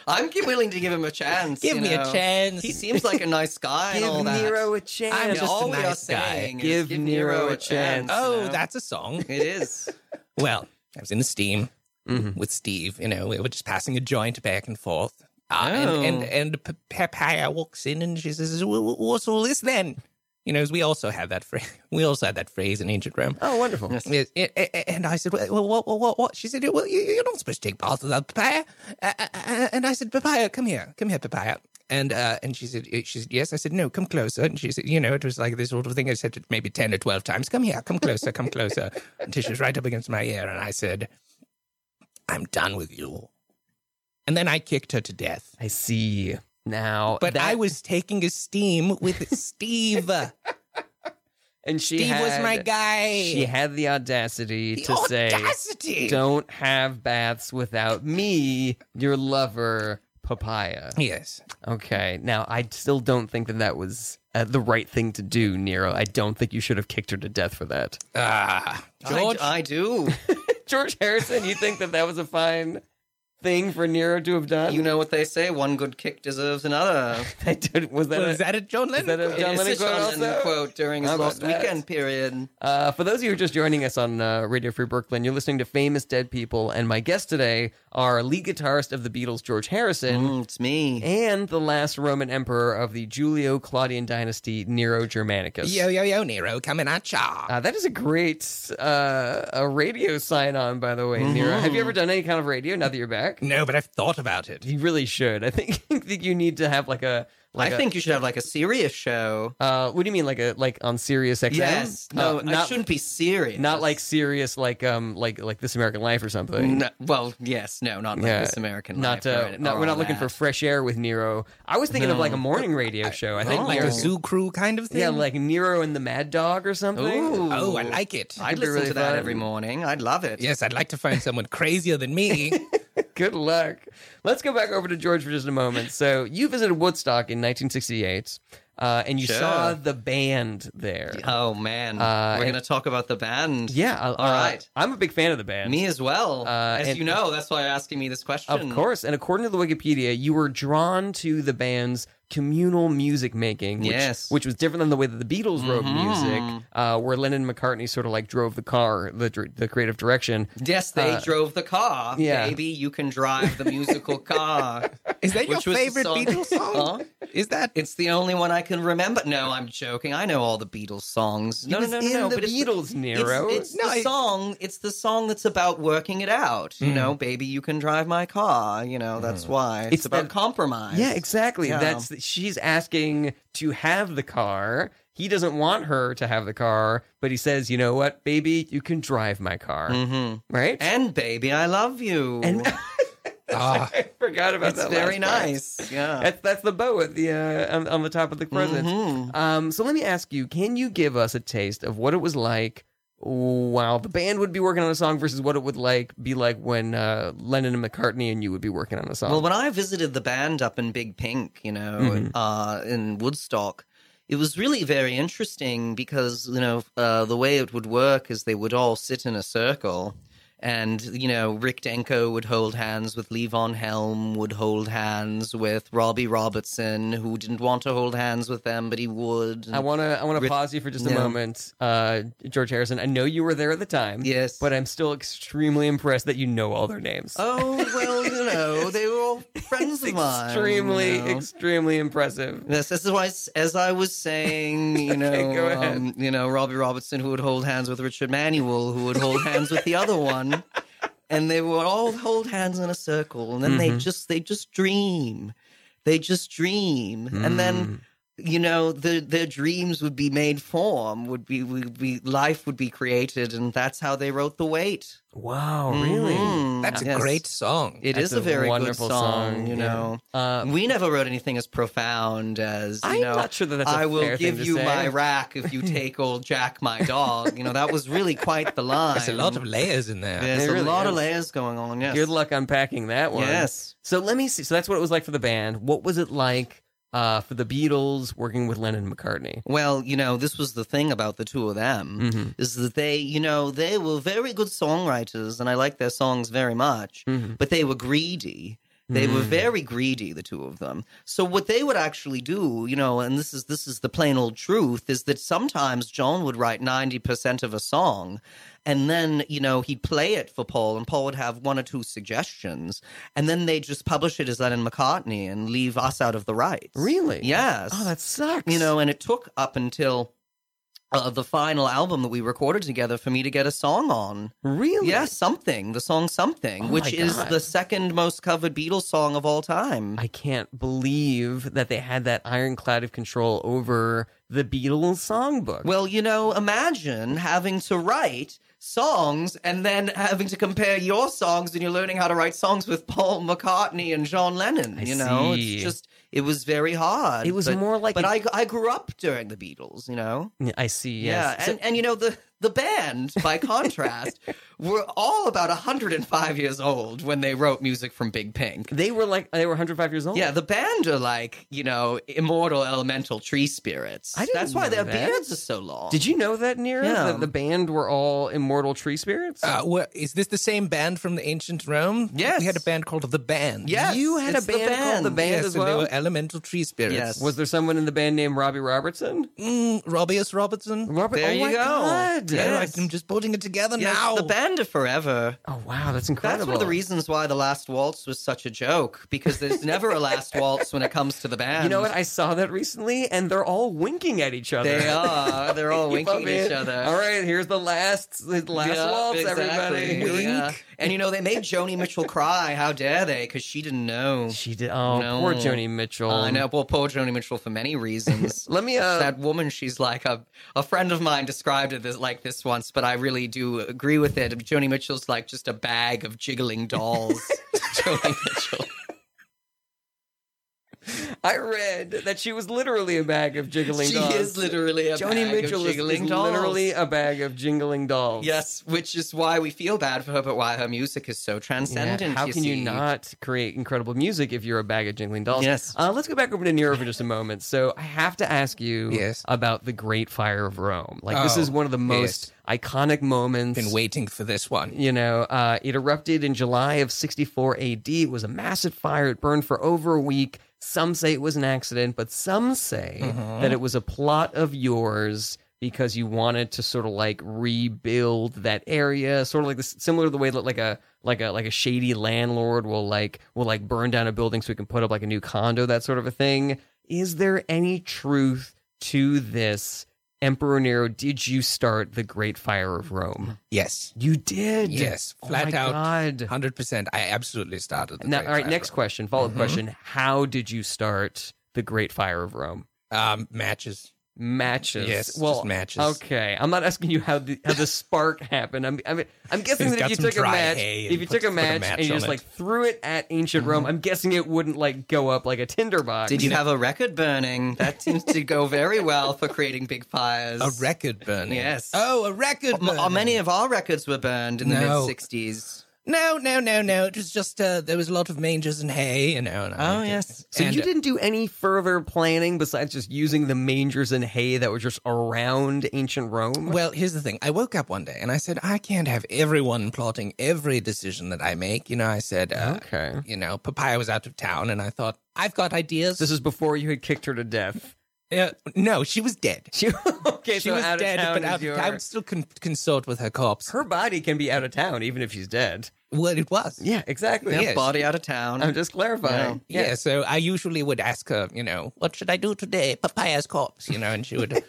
[SPEAKER 6] I'm gi- willing to give him a chance.
[SPEAKER 7] Give
[SPEAKER 6] you
[SPEAKER 7] me a
[SPEAKER 6] know.
[SPEAKER 7] chance.
[SPEAKER 6] He seems like a nice guy and
[SPEAKER 5] Give
[SPEAKER 6] all that.
[SPEAKER 5] Nero a chance.
[SPEAKER 6] I mean,
[SPEAKER 7] just a
[SPEAKER 6] all we are
[SPEAKER 7] nice guy.
[SPEAKER 6] saying is
[SPEAKER 5] Give Nero a chance.
[SPEAKER 7] Oh,
[SPEAKER 6] you know?
[SPEAKER 7] that's a song.
[SPEAKER 5] [laughs]
[SPEAKER 6] it is.
[SPEAKER 7] Well, I was in the steam
[SPEAKER 5] Mm-hmm.
[SPEAKER 7] with Steve. You know, we were just passing a joint back and forth. Ah,
[SPEAKER 6] Oh.
[SPEAKER 7] And and, and P- Papaya walks in and she says, "Wha- wha- "What's all this then?" You know, 'cause we also had that phrase. [laughs] We also had that phrase in ancient Rome.
[SPEAKER 5] Oh, wonderful.
[SPEAKER 7] Yes, a- a- And I said, well, what, what, what, what? She said, well, you- you're not supposed to take baths without papaya. Uh, uh, uh, And I said, papaya, come here, come here, papaya. And uh, and she said, she said, yes. I said, no, come closer. And she said, you know, it was like this sort of thing. I said it maybe ten or twelve times. Come here, come closer, come
[SPEAKER 5] [laughs]
[SPEAKER 7] closer. Until she was right up against my ear, and I said, I'm done with you. And then I kicked her to death.
[SPEAKER 5] I see. Now,
[SPEAKER 7] But
[SPEAKER 5] that-
[SPEAKER 7] I was taking a steam with Steve.
[SPEAKER 5] and [laughs] she
[SPEAKER 7] Steve was
[SPEAKER 5] had-
[SPEAKER 7] my guy.
[SPEAKER 5] She had the audacity
[SPEAKER 7] the
[SPEAKER 5] to say,
[SPEAKER 7] audacity.
[SPEAKER 5] "Don't have baths without me, your lover, papaya."
[SPEAKER 7] Yes.
[SPEAKER 5] Okay. Now, I still don't think that that was uh, the right thing to do, Nero. I don't think you should have kicked her to death for that. [laughs]
[SPEAKER 7] Ah, George.
[SPEAKER 6] I, I do.
[SPEAKER 5] George Harrison, you think that that was a fine thing for Nero to have done?
[SPEAKER 6] you know what they say: one good kick deserves another.
[SPEAKER 5] [laughs] I don't- was that,
[SPEAKER 7] Well,
[SPEAKER 5] a-
[SPEAKER 7] is that a John Lennon?
[SPEAKER 5] that a
[SPEAKER 7] quote?
[SPEAKER 5] John
[SPEAKER 6] It is
[SPEAKER 5] Lennon
[SPEAKER 6] a
[SPEAKER 5] quote
[SPEAKER 6] John Lennon
[SPEAKER 5] also?
[SPEAKER 6] quote during
[SPEAKER 5] How
[SPEAKER 6] his
[SPEAKER 5] about
[SPEAKER 6] last
[SPEAKER 5] that?
[SPEAKER 6] weekend period.
[SPEAKER 5] Uh, for those of you who are just joining us on uh, Radio Free Brooklyn, you're listening to Famous Dead People, and my guests today are lead guitarist of the Beatles, George Harrison,
[SPEAKER 6] Mm, it's me.
[SPEAKER 5] and the last Roman emperor of the Julio Claudian dynasty, Nero Germanicus.
[SPEAKER 7] Yo, yo, yo, Nero, coming at ya.
[SPEAKER 5] Uh, that is a great uh, a radio sign on, by the way,
[SPEAKER 6] Mm-hmm.
[SPEAKER 5] Nero. Have you ever done any kind of radio now that you're back?
[SPEAKER 7] No, but I've thought about it.
[SPEAKER 5] You really should. I think [laughs] I think you need to have like a. Like
[SPEAKER 6] I
[SPEAKER 5] a-
[SPEAKER 6] think you should have like a serious show.
[SPEAKER 5] Uh, what do you mean, like a like on Sirius XM?
[SPEAKER 6] Yes. No,
[SPEAKER 5] Uh,
[SPEAKER 6] I
[SPEAKER 5] not
[SPEAKER 6] shouldn't be serious.
[SPEAKER 5] not like serious, like um, like like This American Life or something.
[SPEAKER 6] No, well, yes, no, not like
[SPEAKER 5] Yeah.
[SPEAKER 6] this American
[SPEAKER 5] Not,
[SPEAKER 6] Life Oh,
[SPEAKER 5] uh,
[SPEAKER 6] or-
[SPEAKER 5] not
[SPEAKER 6] or
[SPEAKER 5] we're not
[SPEAKER 6] all
[SPEAKER 5] looking for
[SPEAKER 6] that.
[SPEAKER 5] fresh air with Nero. I was thinking of like a morning radio show. I think
[SPEAKER 7] Like
[SPEAKER 5] Nero-
[SPEAKER 7] a zoo crew kind of thing?
[SPEAKER 5] Oh. yeah, like Nero and the Mad Dog or something.
[SPEAKER 6] Ooh.
[SPEAKER 7] Oh, I like it.
[SPEAKER 6] I'd
[SPEAKER 5] could be
[SPEAKER 6] listen
[SPEAKER 5] really
[SPEAKER 6] to that
[SPEAKER 5] fun.
[SPEAKER 6] every morning. I'd love it.
[SPEAKER 7] Yes, I'd like to find someone crazier than me.
[SPEAKER 5] Good luck. Let's go back over to George for just a moment. So you visited Woodstock in 1968, uh, and you
[SPEAKER 6] Sure.
[SPEAKER 5] saw the band there.
[SPEAKER 6] Oh man,
[SPEAKER 5] Uh,
[SPEAKER 6] we're
[SPEAKER 5] and-
[SPEAKER 6] gonna talk about the band.
[SPEAKER 5] Yeah, all
[SPEAKER 6] right.
[SPEAKER 5] I'm a big fan of the band.
[SPEAKER 6] me as well.
[SPEAKER 5] Uh,
[SPEAKER 6] as
[SPEAKER 5] and-
[SPEAKER 6] you know, that's why you're asking me this question.
[SPEAKER 5] Of course. And according to the Wikipedia, you were drawn to the band's communal music making, which,
[SPEAKER 6] Yes.
[SPEAKER 5] which was different than the way that the Beatles wrote
[SPEAKER 6] Mhm.
[SPEAKER 5] music, uh, where Lennon and McCartney sort of like drove the car, the, dr- the creative direction.
[SPEAKER 6] Yes, they drove the car.
[SPEAKER 5] Uh, yeah.
[SPEAKER 6] Baby, you can drive the
[SPEAKER 5] [laughs]
[SPEAKER 6] musical car.
[SPEAKER 7] [laughs] Is that your
[SPEAKER 6] Which was the
[SPEAKER 7] favorite
[SPEAKER 6] song- [laughs] Oh.
[SPEAKER 7] Beatles song? Is that?
[SPEAKER 6] It's the only one I can remember. No, I'm joking. I know all the Beatles songs.
[SPEAKER 5] No, no,
[SPEAKER 6] was
[SPEAKER 5] no,
[SPEAKER 6] in
[SPEAKER 5] no, no.
[SPEAKER 6] the
[SPEAKER 5] But
[SPEAKER 6] Beatles-
[SPEAKER 5] Beatles, Nero.
[SPEAKER 6] It's, it's
[SPEAKER 7] No,
[SPEAKER 6] the
[SPEAKER 7] I-
[SPEAKER 6] song. It's the song that's about working it out. You know, baby, you can drive my car. You know, that's why it's,
[SPEAKER 5] It's
[SPEAKER 6] about
[SPEAKER 5] that-
[SPEAKER 6] compromise.
[SPEAKER 5] yeah, exactly.
[SPEAKER 6] Yeah.
[SPEAKER 5] That's she's asking to have the car. He doesn't want her to have the car, but he says, "You know what, baby, you can drive my car,
[SPEAKER 6] hmm
[SPEAKER 5] right?" [laughs]
[SPEAKER 6] And baby, I love you.
[SPEAKER 5] And-
[SPEAKER 7] Ah,
[SPEAKER 5] I forgot about
[SPEAKER 6] it's
[SPEAKER 5] that.
[SPEAKER 6] very
[SPEAKER 5] last part.
[SPEAKER 6] nice. Yeah.
[SPEAKER 5] That's that's the bow at the uh, on, on the top of the present.
[SPEAKER 6] Mhm.
[SPEAKER 5] Um, so let me ask you: Can you give us a taste of what it was like while the band would be working on a song versus what it would like be like when uh, Lennon and McCartney and you would be working on a song?
[SPEAKER 6] Well, when I visited the band up in Big Pink, you know,
[SPEAKER 5] Mhm.
[SPEAKER 6] uh, in Woodstock, it was really very interesting because, you know, uh, the way it would work is they would all sit in a circle. And, you know, Rick Denko would hold hands with Levon Helm, would hold hands with Robbie Robertson, who didn't want to hold hands with them, but he would.
[SPEAKER 5] I want to I want to pause you for just a
[SPEAKER 6] Yeah.
[SPEAKER 5] moment, uh, George Harrison. I know you were there at the time,
[SPEAKER 6] Yes.
[SPEAKER 5] but I'm still extremely impressed that you know all their names.
[SPEAKER 6] oh, well, you know, they were
[SPEAKER 5] [laughs]
[SPEAKER 6] all friends of mine.
[SPEAKER 5] extremely,
[SPEAKER 6] you know.
[SPEAKER 5] extremely impressive.
[SPEAKER 6] Yes, this is why, s- as I was saying, you know,
[SPEAKER 5] go ahead.
[SPEAKER 6] um, you know, Robbie Robertson, who would hold hands with Richard Manuel, who would hold hands with the other one, and they would all hold hands in a circle, and then they just they just dream, they just dream, and then you know the, their dreams would be made form, would be would be life would be created, and that's how they wrote the weight.
[SPEAKER 5] Wow, Oh, really?
[SPEAKER 6] Mhm.
[SPEAKER 7] that's a
[SPEAKER 6] Yes.
[SPEAKER 7] great song.
[SPEAKER 6] It
[SPEAKER 5] That's
[SPEAKER 6] is a very
[SPEAKER 5] wonderful
[SPEAKER 6] good song, you
[SPEAKER 5] yeah.
[SPEAKER 6] know.
[SPEAKER 5] Uh,
[SPEAKER 6] We never wrote anything as profound as you
[SPEAKER 5] I'm
[SPEAKER 6] know.
[SPEAKER 5] not sure that that's a
[SPEAKER 6] I will
[SPEAKER 5] fair thing
[SPEAKER 6] give
[SPEAKER 5] to
[SPEAKER 6] you
[SPEAKER 5] say.
[SPEAKER 6] my rack if you take old Jack, my dog. You know that was really
[SPEAKER 5] [laughs]
[SPEAKER 6] quite the line.
[SPEAKER 7] There's a lot of layers in there.
[SPEAKER 6] there's
[SPEAKER 5] There really
[SPEAKER 6] a lot of
[SPEAKER 5] is.
[SPEAKER 6] layers going on. Yes.
[SPEAKER 5] Good luck unpacking that one.
[SPEAKER 6] Yes.
[SPEAKER 5] So let me see. So that's what it was like for the band. What was it like uh, for the Beatles working with Lennon and McCartney?
[SPEAKER 6] Well, you know, this was the thing about the two of them
[SPEAKER 5] Mhm.
[SPEAKER 6] is that they, you know, they were very good songwriters, and I like their songs very much.
[SPEAKER 5] Mhm.
[SPEAKER 6] But they were greedy. They were
[SPEAKER 5] Mm.
[SPEAKER 6] very greedy, the two of them. So what they would actually do, you know, and this is this is the plain old truth, is that sometimes John would write ninety percent of a song, and then you know he'd play it for Paul, and Paul would have one or two suggestions, and then they just publish it as Lennon McCartney and leave us out of the rights.
[SPEAKER 5] Really?
[SPEAKER 6] Yes.
[SPEAKER 5] Oh, that sucks.
[SPEAKER 6] You know, and it took up until uh, the final album that we recorded together for me to get a song on.
[SPEAKER 5] Really?
[SPEAKER 6] Yeah, something. The song Something,
[SPEAKER 5] Oh
[SPEAKER 6] which
[SPEAKER 5] my
[SPEAKER 6] is
[SPEAKER 5] God.
[SPEAKER 6] the second most covered Beatles song of all time.
[SPEAKER 5] I can't believe that they had that ironclad of control over the Beatles songbook.
[SPEAKER 6] Well, you know, imagine having to write songs and then having to compare your songs and you're learning how to write songs with Paul McCartney and John Lennon.
[SPEAKER 5] I
[SPEAKER 6] you know,
[SPEAKER 5] see.
[SPEAKER 6] it's just, it was very hard.
[SPEAKER 5] it was
[SPEAKER 6] but,
[SPEAKER 5] more like
[SPEAKER 6] But
[SPEAKER 5] a-
[SPEAKER 6] I, I grew up during the Beatles, you know?
[SPEAKER 5] I see. Yes.
[SPEAKER 6] Yeah,
[SPEAKER 5] So-
[SPEAKER 6] and, and you know the the band,
[SPEAKER 5] [laughs]
[SPEAKER 6] by contrast, were all about 105 years old when they wrote music from Big Pink.
[SPEAKER 5] they were like they were 105 years old.
[SPEAKER 6] Yeah, the band are like you know immortal elemental tree spirits.
[SPEAKER 5] I didn't
[SPEAKER 6] That's why
[SPEAKER 5] know
[SPEAKER 6] their
[SPEAKER 5] that.
[SPEAKER 6] beards are so long.
[SPEAKER 5] Did you know that, Nira?
[SPEAKER 6] Yeah. Oh,
[SPEAKER 5] That the band were all immortal tree spirits.
[SPEAKER 7] Uh, wha- is this the same band from the ancient Rome?
[SPEAKER 6] Yes.
[SPEAKER 7] We had a band called The Band.
[SPEAKER 6] Yes,
[SPEAKER 5] you had a
[SPEAKER 6] it's the
[SPEAKER 5] band, called the band
[SPEAKER 7] Yes,
[SPEAKER 5] as
[SPEAKER 7] and
[SPEAKER 5] well.
[SPEAKER 7] they were elemental tree spirits.
[SPEAKER 6] Yes.
[SPEAKER 5] was there someone in the band named Robbie Robertson?
[SPEAKER 7] Mm, Robbius Robertson.
[SPEAKER 5] Robert,
[SPEAKER 6] There
[SPEAKER 5] oh
[SPEAKER 6] you
[SPEAKER 5] my
[SPEAKER 6] go.
[SPEAKER 5] God.
[SPEAKER 7] Yeah,
[SPEAKER 6] Yes.
[SPEAKER 7] I'm just putting it together
[SPEAKER 6] Yes,
[SPEAKER 7] now.
[SPEAKER 6] the band are forever.
[SPEAKER 5] Oh wow, that's
[SPEAKER 6] That's
[SPEAKER 5] incredible.
[SPEAKER 6] one of the reasons why the last waltz was such a joke because there's never a last waltz when it comes to the band.
[SPEAKER 5] You know what? I saw that recently, and they're all winking at each other. [laughs]
[SPEAKER 6] they are. They're all winking at each other.
[SPEAKER 5] All right, here's the last, the last
[SPEAKER 6] Yeah,
[SPEAKER 5] waltz,
[SPEAKER 6] exactly.
[SPEAKER 5] everybody.
[SPEAKER 6] Yeah. And you know, they made Joni Mitchell cry. How dare they? Because she didn't know.
[SPEAKER 5] She um, did. Oh,
[SPEAKER 6] No.
[SPEAKER 5] poor Joni Mitchell.
[SPEAKER 6] I know. Well, poor Joni Mitchell for
[SPEAKER 5] [laughs]
[SPEAKER 6] many reasons.
[SPEAKER 5] Let me. Uh,
[SPEAKER 6] that woman, she's like a, a friend of mine described it this, like this once, but I really do agree with it. Joni Mitchell's like just a bag of jiggling [laughs] dolls. Joni Mitchell.
[SPEAKER 5] I read that she was literally a bag of jiggling
[SPEAKER 6] she
[SPEAKER 5] dolls.
[SPEAKER 6] is literally a
[SPEAKER 5] Joni
[SPEAKER 6] bag
[SPEAKER 5] Mitchell
[SPEAKER 6] of
[SPEAKER 5] is,
[SPEAKER 6] jiggling
[SPEAKER 5] is
[SPEAKER 6] dolls.
[SPEAKER 5] literally a bag of jingling dolls.
[SPEAKER 6] Yes, which is why we feel bad for her, but why her music is so
[SPEAKER 5] Yeah,
[SPEAKER 6] transcendent.
[SPEAKER 5] How can you
[SPEAKER 7] E.
[SPEAKER 6] see.
[SPEAKER 5] not create incredible music if you're a bag of jingling dolls?
[SPEAKER 6] Yes.
[SPEAKER 5] Uh, let's go back over to Nero for just a moment. So I have to ask you
[SPEAKER 7] Yes.
[SPEAKER 5] about the Great Fire of Rome. Like this
[SPEAKER 7] Oh,
[SPEAKER 5] is one of the most iconic moments.
[SPEAKER 7] Been waiting for this one.
[SPEAKER 5] You know, uh, it erupted in July of 64 AD. It was a massive fire. It burned for over a week. Some say it was an accident, but some say that it was a plot of yours because you wanted to sort of like rebuild that area, sort of like this, similar to the way that like a like a like a shady landlord will like will like burn down a building so he can put up like a new condo, that sort of a thing. Is there any truth to this? Emperor Nero, did you start the Great Fire of Rome?
[SPEAKER 7] Yes.
[SPEAKER 5] You did.
[SPEAKER 7] Yes.
[SPEAKER 5] Oh
[SPEAKER 7] Flat
[SPEAKER 5] my
[SPEAKER 7] out.
[SPEAKER 5] God.
[SPEAKER 7] 100%. I absolutely started the
[SPEAKER 5] Now,
[SPEAKER 7] Great
[SPEAKER 5] all right.
[SPEAKER 7] Fire
[SPEAKER 5] Next
[SPEAKER 7] Road.
[SPEAKER 5] question. Follow up
[SPEAKER 7] Mhm.
[SPEAKER 5] question. How did you start the Great Fire of Rome?
[SPEAKER 7] Um, matches.
[SPEAKER 5] Matches.
[SPEAKER 7] Yes,
[SPEAKER 5] Well,
[SPEAKER 7] just matches.
[SPEAKER 5] Okay. I'm not asking you how the how the spark [laughs] happened. I'm I'm, I'm guessing
[SPEAKER 7] He's
[SPEAKER 5] that if
[SPEAKER 7] got
[SPEAKER 5] you
[SPEAKER 7] some
[SPEAKER 5] took a
[SPEAKER 7] dry
[SPEAKER 5] match,
[SPEAKER 7] hay
[SPEAKER 5] if
[SPEAKER 7] and
[SPEAKER 5] you
[SPEAKER 7] put-
[SPEAKER 5] took a
[SPEAKER 7] put a
[SPEAKER 5] match,
[SPEAKER 7] match
[SPEAKER 5] and you
[SPEAKER 7] on
[SPEAKER 5] just
[SPEAKER 7] it.
[SPEAKER 5] like threw it Mm-hmm. at ancient Rome, I'm guessing it wouldn't like go up like a tinderbox.
[SPEAKER 6] Did you have a record burning? That seems to go very well for creating big fires.
[SPEAKER 7] A record burning.
[SPEAKER 6] Yes.
[SPEAKER 7] Oh, a record
[SPEAKER 6] M-
[SPEAKER 7] burning.
[SPEAKER 6] uh, many of our records were burned in the
[SPEAKER 7] No.
[SPEAKER 6] mid 60s.
[SPEAKER 7] No, no, no, no. It was just uh, there was a lot of mangers and hay, you know. And I-
[SPEAKER 6] Oh, yes.
[SPEAKER 5] So
[SPEAKER 7] and,
[SPEAKER 5] you didn't do any further planning besides just using the mangers and hay that were just around ancient Rome.
[SPEAKER 7] Well, here's the thing. I woke up one day and I said, I can't have everyone plotting every decision that I make. You know, I said, uh,
[SPEAKER 5] okay.
[SPEAKER 7] you know, Papaya was out of town, and I thought, I've got ideas.
[SPEAKER 5] This is before you had kicked her to death.
[SPEAKER 7] Uh, no, she was dead.
[SPEAKER 5] [laughs] She [laughs] okay,
[SPEAKER 7] She
[SPEAKER 5] so
[SPEAKER 7] was
[SPEAKER 5] out
[SPEAKER 7] dead,
[SPEAKER 5] of town
[SPEAKER 7] but
[SPEAKER 5] is
[SPEAKER 7] out of,
[SPEAKER 5] your-
[SPEAKER 7] I would still con- consort with her corpse.
[SPEAKER 5] her body can be out of town even if she's dead.
[SPEAKER 7] Well, it was.
[SPEAKER 5] Yeah, exactly.
[SPEAKER 7] Yes.
[SPEAKER 6] Body out of town.
[SPEAKER 5] I'm just clarifying.
[SPEAKER 7] Yeah. so I usually would ask her, you know, what should I do today? Papaya's corpse, you know, and she would,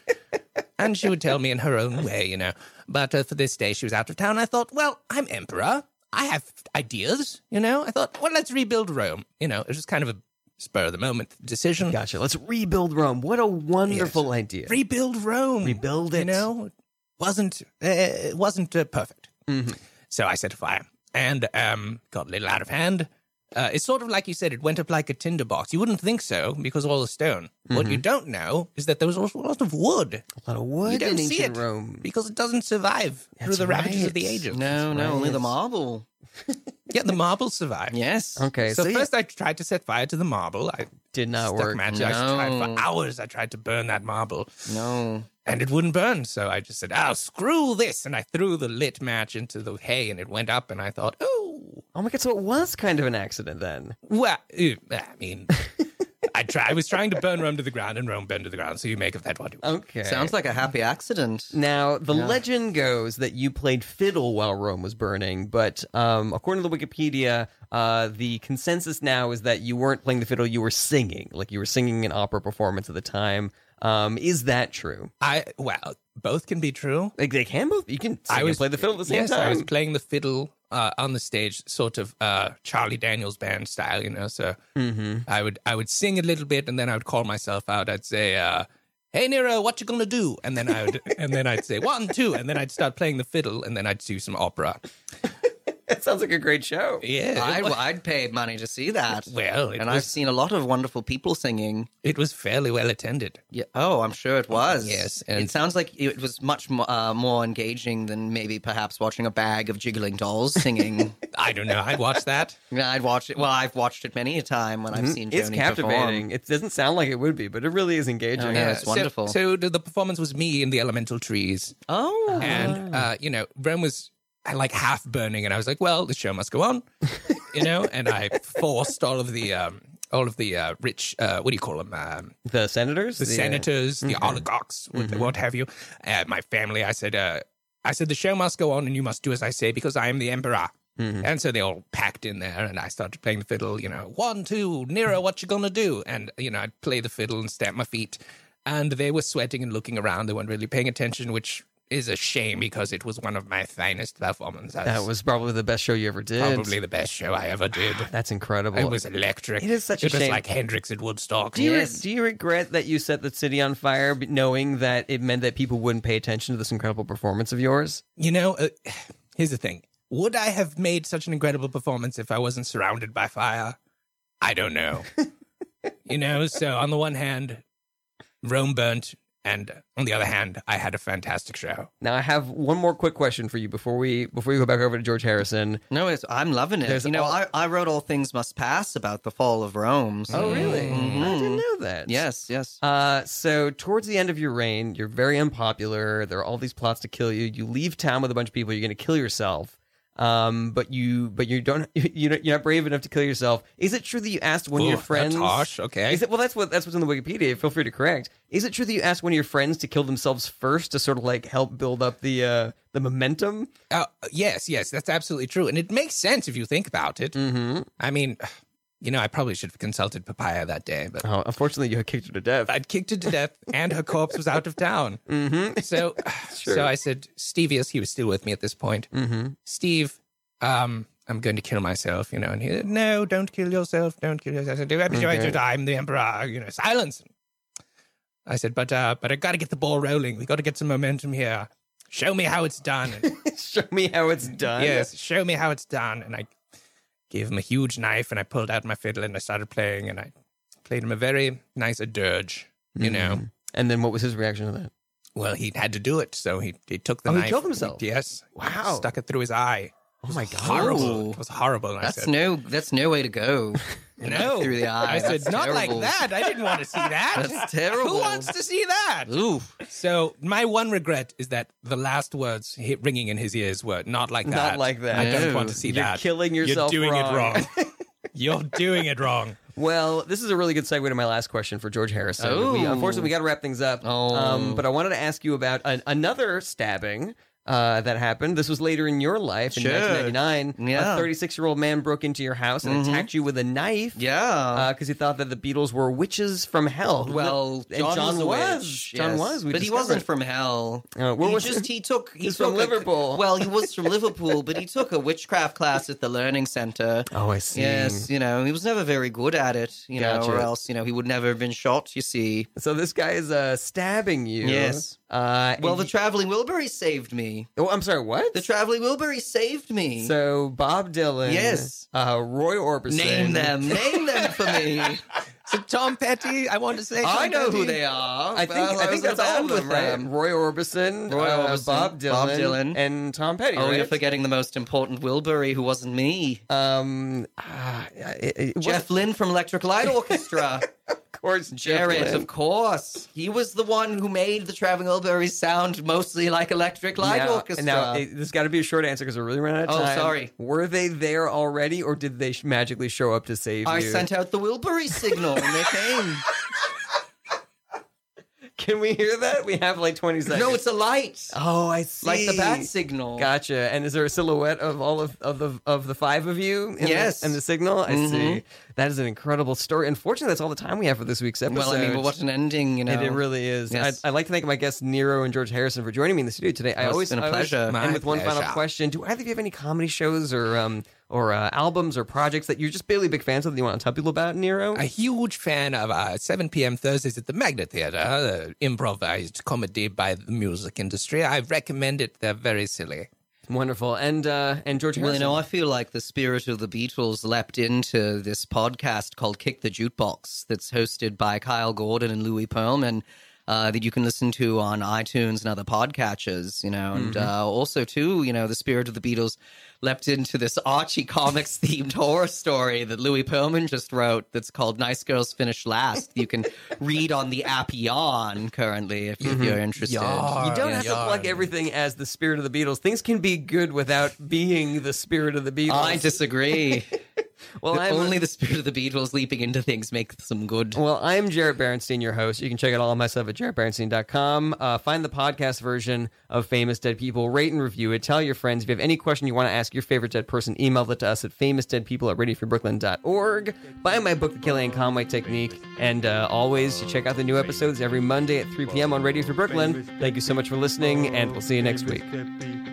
[SPEAKER 7] and she would tell me in her own way, you know. But uh, for this day, she was out of town. I thought, well, I'm emperor. I have ideas, you know. I thought, well, let's rebuild Rome. You know, it was just kind of a spur of the moment decision.
[SPEAKER 5] Gotcha. Let's rebuild Rome. What a wonderful idea.
[SPEAKER 7] Rebuild Rome.
[SPEAKER 5] Rebuild
[SPEAKER 7] You
[SPEAKER 5] it.
[SPEAKER 7] know, it wasn't uh, it wasn't uh, perfect.
[SPEAKER 5] Mhm.
[SPEAKER 7] So I set a fire and um, got a little out of hand. Uh, it's sort of like you said, it went up like a tinderbox. You wouldn't think so because of all the stone. What
[SPEAKER 5] Mm-hmm.
[SPEAKER 7] you don't know is that there was also a lot of wood
[SPEAKER 5] A lot of wood
[SPEAKER 7] You don't
[SPEAKER 5] in
[SPEAKER 7] see
[SPEAKER 5] ancient
[SPEAKER 7] it.
[SPEAKER 5] Rome.
[SPEAKER 7] because it doesn't survive through
[SPEAKER 5] That's
[SPEAKER 7] the ravages of the
[SPEAKER 5] right.
[SPEAKER 7] ages.
[SPEAKER 6] no, no, only the
[SPEAKER 5] Right.
[SPEAKER 6] marble.
[SPEAKER 7] Yeah, the marble survived.
[SPEAKER 6] Yes.
[SPEAKER 5] Okay,
[SPEAKER 7] So,
[SPEAKER 5] so,
[SPEAKER 7] first, I tried to set fire to the marble. I
[SPEAKER 5] did not
[SPEAKER 7] stuck
[SPEAKER 5] work.
[SPEAKER 7] matches. I tried
[SPEAKER 6] No.
[SPEAKER 7] for hours. I tried to burn that marble.
[SPEAKER 6] No.
[SPEAKER 7] and it wouldn't burn. So I just said, "Oh, screw this!" And I threw the lit match into the hay, and it went up. And I thought, "Oh,
[SPEAKER 5] Oh my god, so it was kind of an accident then.
[SPEAKER 7] well." eh, I mean, I try. I was trying to burn Rome to the ground, and Rome burned to the ground. So you make of that what you will.
[SPEAKER 5] Okay. Mm.
[SPEAKER 6] Sounds like a happy accident.
[SPEAKER 5] Now, the legend goes that you played fiddle while Rome was burning, but um, according to the Wikipedia, uh, the consensus now is that you weren't playing the fiddle, you were singing. Like you were singing an opera performance at the time. Um, is that true?
[SPEAKER 7] I well, both can be true.
[SPEAKER 5] Like they can both. You can. I
[SPEAKER 7] I
[SPEAKER 5] was
[SPEAKER 7] was-
[SPEAKER 5] play the fiddle at the same
[SPEAKER 7] yes,
[SPEAKER 5] time. [laughs]
[SPEAKER 7] I was playing the fiddle uh, on the stage, sort of uh, Charlie Daniels band style, you know. So
[SPEAKER 5] mm-hmm.
[SPEAKER 7] I would I would sing a little bit, and then I would call myself out. I'd say, uh, "Hey Nero, what you gonna do?" And then I would, and then I'd say one, two, and then I'd start playing the fiddle, and then I'd do some opera.
[SPEAKER 5] That sounds like a great show.
[SPEAKER 7] Yeah,
[SPEAKER 6] I'd,
[SPEAKER 7] it was,
[SPEAKER 6] I'd pay money to see that.
[SPEAKER 7] well, it
[SPEAKER 6] and I've
[SPEAKER 7] was,
[SPEAKER 6] seen a lot of wonderful people singing.
[SPEAKER 7] it was fairly well attended.
[SPEAKER 6] Yeah. Oh, I'm sure it was.
[SPEAKER 7] Yes, and-
[SPEAKER 6] it sounds like it was much mo- uh, more engaging than maybe perhaps watching a bag of jiggling dolls
[SPEAKER 5] [laughs]
[SPEAKER 6] singing.
[SPEAKER 7] I don't know. I'd watch that.
[SPEAKER 6] Yeah, I'd watch it. Well, I've watched it many a time when I've seen.
[SPEAKER 5] Mm-hmm. It's
[SPEAKER 6] Joni
[SPEAKER 5] captivating.
[SPEAKER 6] Perform.
[SPEAKER 5] It doesn't sound like it would be, but it really is engaging.
[SPEAKER 6] Yeah, it's
[SPEAKER 7] so-
[SPEAKER 6] wonderful.
[SPEAKER 7] So, the, the performance was me in the elemental trees,
[SPEAKER 6] Oh,
[SPEAKER 7] and uh, you know, Rome was uh, like half burning, and I was like, "Well, the show must go on," you know. And I forced all of the um, all of the uh, rich, uh, what do you call them? Um,
[SPEAKER 5] Uh, The senators,
[SPEAKER 7] the
[SPEAKER 5] Yeah. Mm-hmm.
[SPEAKER 7] senators, the oligarchs, what, what have you. Uh, my family, I said, uh, I said, the show must go on and you must do as I say because I am the emperor.
[SPEAKER 5] Mm-hmm.
[SPEAKER 7] And so they all packed in there and I started playing the fiddle, you know, one, two, Nero, what you gonna do? And, you know, I'd play the fiddle and stamp my feet. And they were sweating and looking around. They weren't really paying attention, which is a shame because it was one of my finest performances.
[SPEAKER 5] That was probably the best show you ever did.
[SPEAKER 7] probably the best show I ever
[SPEAKER 5] [sighs]
[SPEAKER 7] did.
[SPEAKER 5] That's incredible.
[SPEAKER 7] It was electric.
[SPEAKER 5] It is such a
[SPEAKER 7] It was
[SPEAKER 5] shame.
[SPEAKER 7] like Hendrix at Woodstock.
[SPEAKER 5] do you,
[SPEAKER 6] Yes.
[SPEAKER 5] do you regret that you set the city on fire, b- knowing that it meant that people wouldn't pay attention to this incredible performance of yours?
[SPEAKER 7] You know, uh, here's the thing. Would I have made such an incredible performance if I wasn't surrounded by fire? I don't know. you know, so on the one hand, Rome burnt, and on the other hand, I had a fantastic show.
[SPEAKER 5] Now, I have one more quick question for you before we before we go back over to George Harrison.
[SPEAKER 6] no, it's, I'm loving it.
[SPEAKER 5] There's
[SPEAKER 6] You know,
[SPEAKER 5] all-
[SPEAKER 6] I, I wrote all things must pass about the fall of Rome.
[SPEAKER 5] Oh,
[SPEAKER 6] so-
[SPEAKER 5] I
[SPEAKER 6] Mhm.
[SPEAKER 7] Mm-hmm.
[SPEAKER 5] didn't know that.
[SPEAKER 6] Yes, yes.
[SPEAKER 5] Uh, so towards the end of your reign, you're very unpopular. There are all these plots to kill you. You leave town with a bunch of people. You're going to kill yourself. Um, but you, but you don't. [laughs] You don't- you're not brave enough to kill yourself. Is it true that you asked one of
[SPEAKER 7] Ooh,
[SPEAKER 5] your friends?
[SPEAKER 7] That's harsh. Okay.
[SPEAKER 5] Is it well? That's what that's what's in the Wikipedia. Feel free to correct. Is it true that you asked one of your friends to kill themselves first to sort of like help build up the uh, the momentum?
[SPEAKER 7] Uh, yes, yes, that's absolutely true. And it makes sense if you think about it.
[SPEAKER 5] Mm-hmm.
[SPEAKER 7] I mean, you know, I probably should have consulted Papaya that day, but
[SPEAKER 5] Oh, unfortunately, you kicked her to death.
[SPEAKER 7] I'd kicked her to death, and her corpse was out of town.
[SPEAKER 5] Mm-hmm.
[SPEAKER 7] So, so I said, Stevius, he was still with me at this point.
[SPEAKER 5] Mm-hmm. [laughs]
[SPEAKER 7] Steve, um, I'm going to kill myself, you know. And he said, No, don't kill yourself. Don't kill yourself. I said,
[SPEAKER 5] Okay.
[SPEAKER 7] I'm the emperor, you know, silence. I said, But, uh, but I got to get the ball rolling. We got to get some momentum here. Show me how it's done.
[SPEAKER 5] [laughs]
[SPEAKER 7] And,
[SPEAKER 5] Show me how it's done.
[SPEAKER 7] yes, show me how it's done. And I gave him a huge knife and I pulled out my fiddle and I started playing and I played him a very nice dirge, you
[SPEAKER 5] Hmm.
[SPEAKER 7] know.
[SPEAKER 5] And then what was his reaction to that?
[SPEAKER 7] Well, he had to do it, so he, he took the
[SPEAKER 5] Oh, he
[SPEAKER 7] knife.
[SPEAKER 5] killed himself?
[SPEAKER 7] Yes.
[SPEAKER 5] Wow.
[SPEAKER 7] Stuck it through his eye.
[SPEAKER 5] Oh my god.
[SPEAKER 7] Horrible.
[SPEAKER 6] Ooh.
[SPEAKER 7] It was horrible. And I
[SPEAKER 6] That's
[SPEAKER 7] said,
[SPEAKER 6] no. That's no way
[SPEAKER 5] [laughs]
[SPEAKER 6] to go.
[SPEAKER 7] No.
[SPEAKER 6] through the eye.
[SPEAKER 7] I said,
[SPEAKER 6] That's
[SPEAKER 7] not
[SPEAKER 6] terrible.
[SPEAKER 7] like that. I didn't want to see that.
[SPEAKER 5] [laughs]
[SPEAKER 6] That's terrible.
[SPEAKER 7] [laughs] Who wants to see that?
[SPEAKER 6] Ooh.
[SPEAKER 7] So, my one regret is that the last words hi- ringing in his ears were not like that.
[SPEAKER 5] Not like that.
[SPEAKER 7] I
[SPEAKER 6] No.
[SPEAKER 7] don't want to see
[SPEAKER 5] You're
[SPEAKER 7] that.
[SPEAKER 5] killing yourself
[SPEAKER 7] You're doing
[SPEAKER 5] wrong.
[SPEAKER 7] it wrong. You're doing it wrong.
[SPEAKER 5] Well, this is a really good segue to my last question for George Harrison. We,
[SPEAKER 6] Oh.
[SPEAKER 5] unfortunately, we got to wrap things up. Um,
[SPEAKER 6] Oh.
[SPEAKER 5] but I wanted to ask you about an, another stabbing uh, that happened. This was later in your life in
[SPEAKER 6] Sure.
[SPEAKER 5] 1999.
[SPEAKER 6] Yeah. Mm-hmm.
[SPEAKER 5] A 36 year old man broke into your house and attacked you with a knife.
[SPEAKER 6] Yeah.
[SPEAKER 5] Because he thought that the Beatles were witches from hell.
[SPEAKER 6] well,
[SPEAKER 5] and
[SPEAKER 6] John,
[SPEAKER 5] John
[SPEAKER 6] was, a
[SPEAKER 5] was.
[SPEAKER 6] witch,
[SPEAKER 5] John
[SPEAKER 6] yes.
[SPEAKER 5] was, we
[SPEAKER 6] but he
[SPEAKER 5] discovered.
[SPEAKER 6] wasn't from hell.
[SPEAKER 5] Uh, where
[SPEAKER 6] he
[SPEAKER 5] was-
[SPEAKER 6] just he took he
[SPEAKER 5] He's
[SPEAKER 6] took
[SPEAKER 5] from
[SPEAKER 6] a-
[SPEAKER 5] Liverpool.
[SPEAKER 6] well, he was
[SPEAKER 5] [laughs]
[SPEAKER 6] from Liverpool, but he took a witchcraft class at the learning center.
[SPEAKER 5] oh, I see.
[SPEAKER 6] Yes, you know, he was never very good at it, you know, or
[SPEAKER 5] Gotcha.
[SPEAKER 6] else, you know, he would never have been shot, you see.
[SPEAKER 5] So this guy is uh, stabbing you.
[SPEAKER 6] Yes.
[SPEAKER 5] Uh,
[SPEAKER 6] Well,
[SPEAKER 5] and
[SPEAKER 6] the
[SPEAKER 5] he-
[SPEAKER 6] traveling Wilbury saved me.
[SPEAKER 5] oh, I'm sorry. What?
[SPEAKER 6] The traveling Wilbury saved me.
[SPEAKER 5] So Bob Dylan,
[SPEAKER 6] Yes.
[SPEAKER 5] uh, Roy Orbison,
[SPEAKER 6] Name them. Name them for me.
[SPEAKER 5] [laughs]
[SPEAKER 7] So, Tom Petty, I want to say.
[SPEAKER 6] I
[SPEAKER 7] Tom
[SPEAKER 6] know who
[SPEAKER 7] Petty.
[SPEAKER 6] they are.
[SPEAKER 5] I think
[SPEAKER 6] Well,
[SPEAKER 5] I think
[SPEAKER 6] was in a
[SPEAKER 5] that's all
[SPEAKER 6] band
[SPEAKER 5] of them,
[SPEAKER 6] with
[SPEAKER 5] right? Roy Orbison,
[SPEAKER 6] Roy
[SPEAKER 5] uh,
[SPEAKER 6] Orbison,
[SPEAKER 5] Bob Dylan,
[SPEAKER 6] Bob Dylan.
[SPEAKER 5] and Tom Petty.
[SPEAKER 6] Oh, you're
[SPEAKER 5] right?
[SPEAKER 6] forgetting the most important Wilbury, who wasn't me.
[SPEAKER 5] Um, ah, it, it was,
[SPEAKER 6] Jeff Lynne from Electric Light Orchestra.
[SPEAKER 5] of course, [laughs] Jeff
[SPEAKER 6] Jared,
[SPEAKER 5] Lynne.
[SPEAKER 6] of course. He was the one who made the Traveling Wilburys sound mostly like Electric Light
[SPEAKER 5] Now,
[SPEAKER 6] Orchestra.
[SPEAKER 5] now it, there's got to be a short answer because we're really running out of
[SPEAKER 6] Oh,
[SPEAKER 5] time.
[SPEAKER 6] sorry.
[SPEAKER 5] Were they there already, or did they sh- magically show up to save
[SPEAKER 6] I
[SPEAKER 5] you?
[SPEAKER 6] sent out the Wilbury signal and they came.
[SPEAKER 5] Can we hear that? We have [laughs] like 20 seconds.
[SPEAKER 6] No, it's a light.
[SPEAKER 5] Oh, I see.
[SPEAKER 6] Like the bat signal.
[SPEAKER 5] Gotcha. And is there a silhouette of all of, of the of the five of you? In
[SPEAKER 6] Yes.
[SPEAKER 5] The, in the signal, I
[SPEAKER 6] Mhm.
[SPEAKER 5] see. That is an incredible story. Unfortunately, that's all the time we have for this week's episode.
[SPEAKER 6] Well, I mean, well, what an ending, you know.
[SPEAKER 5] It, it really is.
[SPEAKER 6] Yes.
[SPEAKER 5] I'd, I'd like to thank my guests Nero and George Harrison for joining me in the studio today. I
[SPEAKER 6] it's
[SPEAKER 5] always
[SPEAKER 6] been a
[SPEAKER 5] I always
[SPEAKER 6] pleasure.
[SPEAKER 5] end
[SPEAKER 7] My
[SPEAKER 5] with one final
[SPEAKER 7] pleasure.
[SPEAKER 5] question: Do either of you have any comedy shows or um or uh, albums or projects that you're just barely big fans of that you want to tell people about? Nero,
[SPEAKER 7] A huge fan of uh, 7 p.m. Thursdays at the Magna Theater, uh, improvised comedy by the music industry. I recommend it. They're very silly.
[SPEAKER 5] wonderful. And uh and George
[SPEAKER 6] Well, you
[SPEAKER 5] Harrison.
[SPEAKER 6] know, I feel like the spirit of the Beatles leapt into this podcast called Kick the Jukebox that's hosted by Kyle Gordon and Louis Pearlman uh, that you can listen to on iTunes and other podcatchers, you know. And uh, also, too, you know, the spirit of the Beatles leapt into this Archie Comics [laughs] themed horror story that Louis Pearlman just wrote that's called Nice Girls Finish Last. you can read on the app Yawn currently if, if you're interested.
[SPEAKER 5] you don't have to plug everything as the spirit of the Beatles. Things can be good without being the spirit of the Beatles.
[SPEAKER 6] I disagree.
[SPEAKER 5] well,
[SPEAKER 6] The-
[SPEAKER 5] I'm
[SPEAKER 6] only the spirit of the Beatles leaping into things make some good.
[SPEAKER 5] Well, I'm Jarrett Berenstein, your host. You can check out all of my stuff at jarrettberenstein.com. Uh, find the podcast version of Famous Dead People. Rate and review it. Tell your friends. If you have any question you want to ask your favorite dead person, email it to us at famousdeadpeople at radioforbrooklyn.org. Buy my book, The Kelly and Conway Technique. And uh, always, you check out the new episodes every Monday at 3 p.m. on Radio for Brooklyn. Thank you so much for listening, and we'll see you next week.
[SPEAKER 3] Mississippi.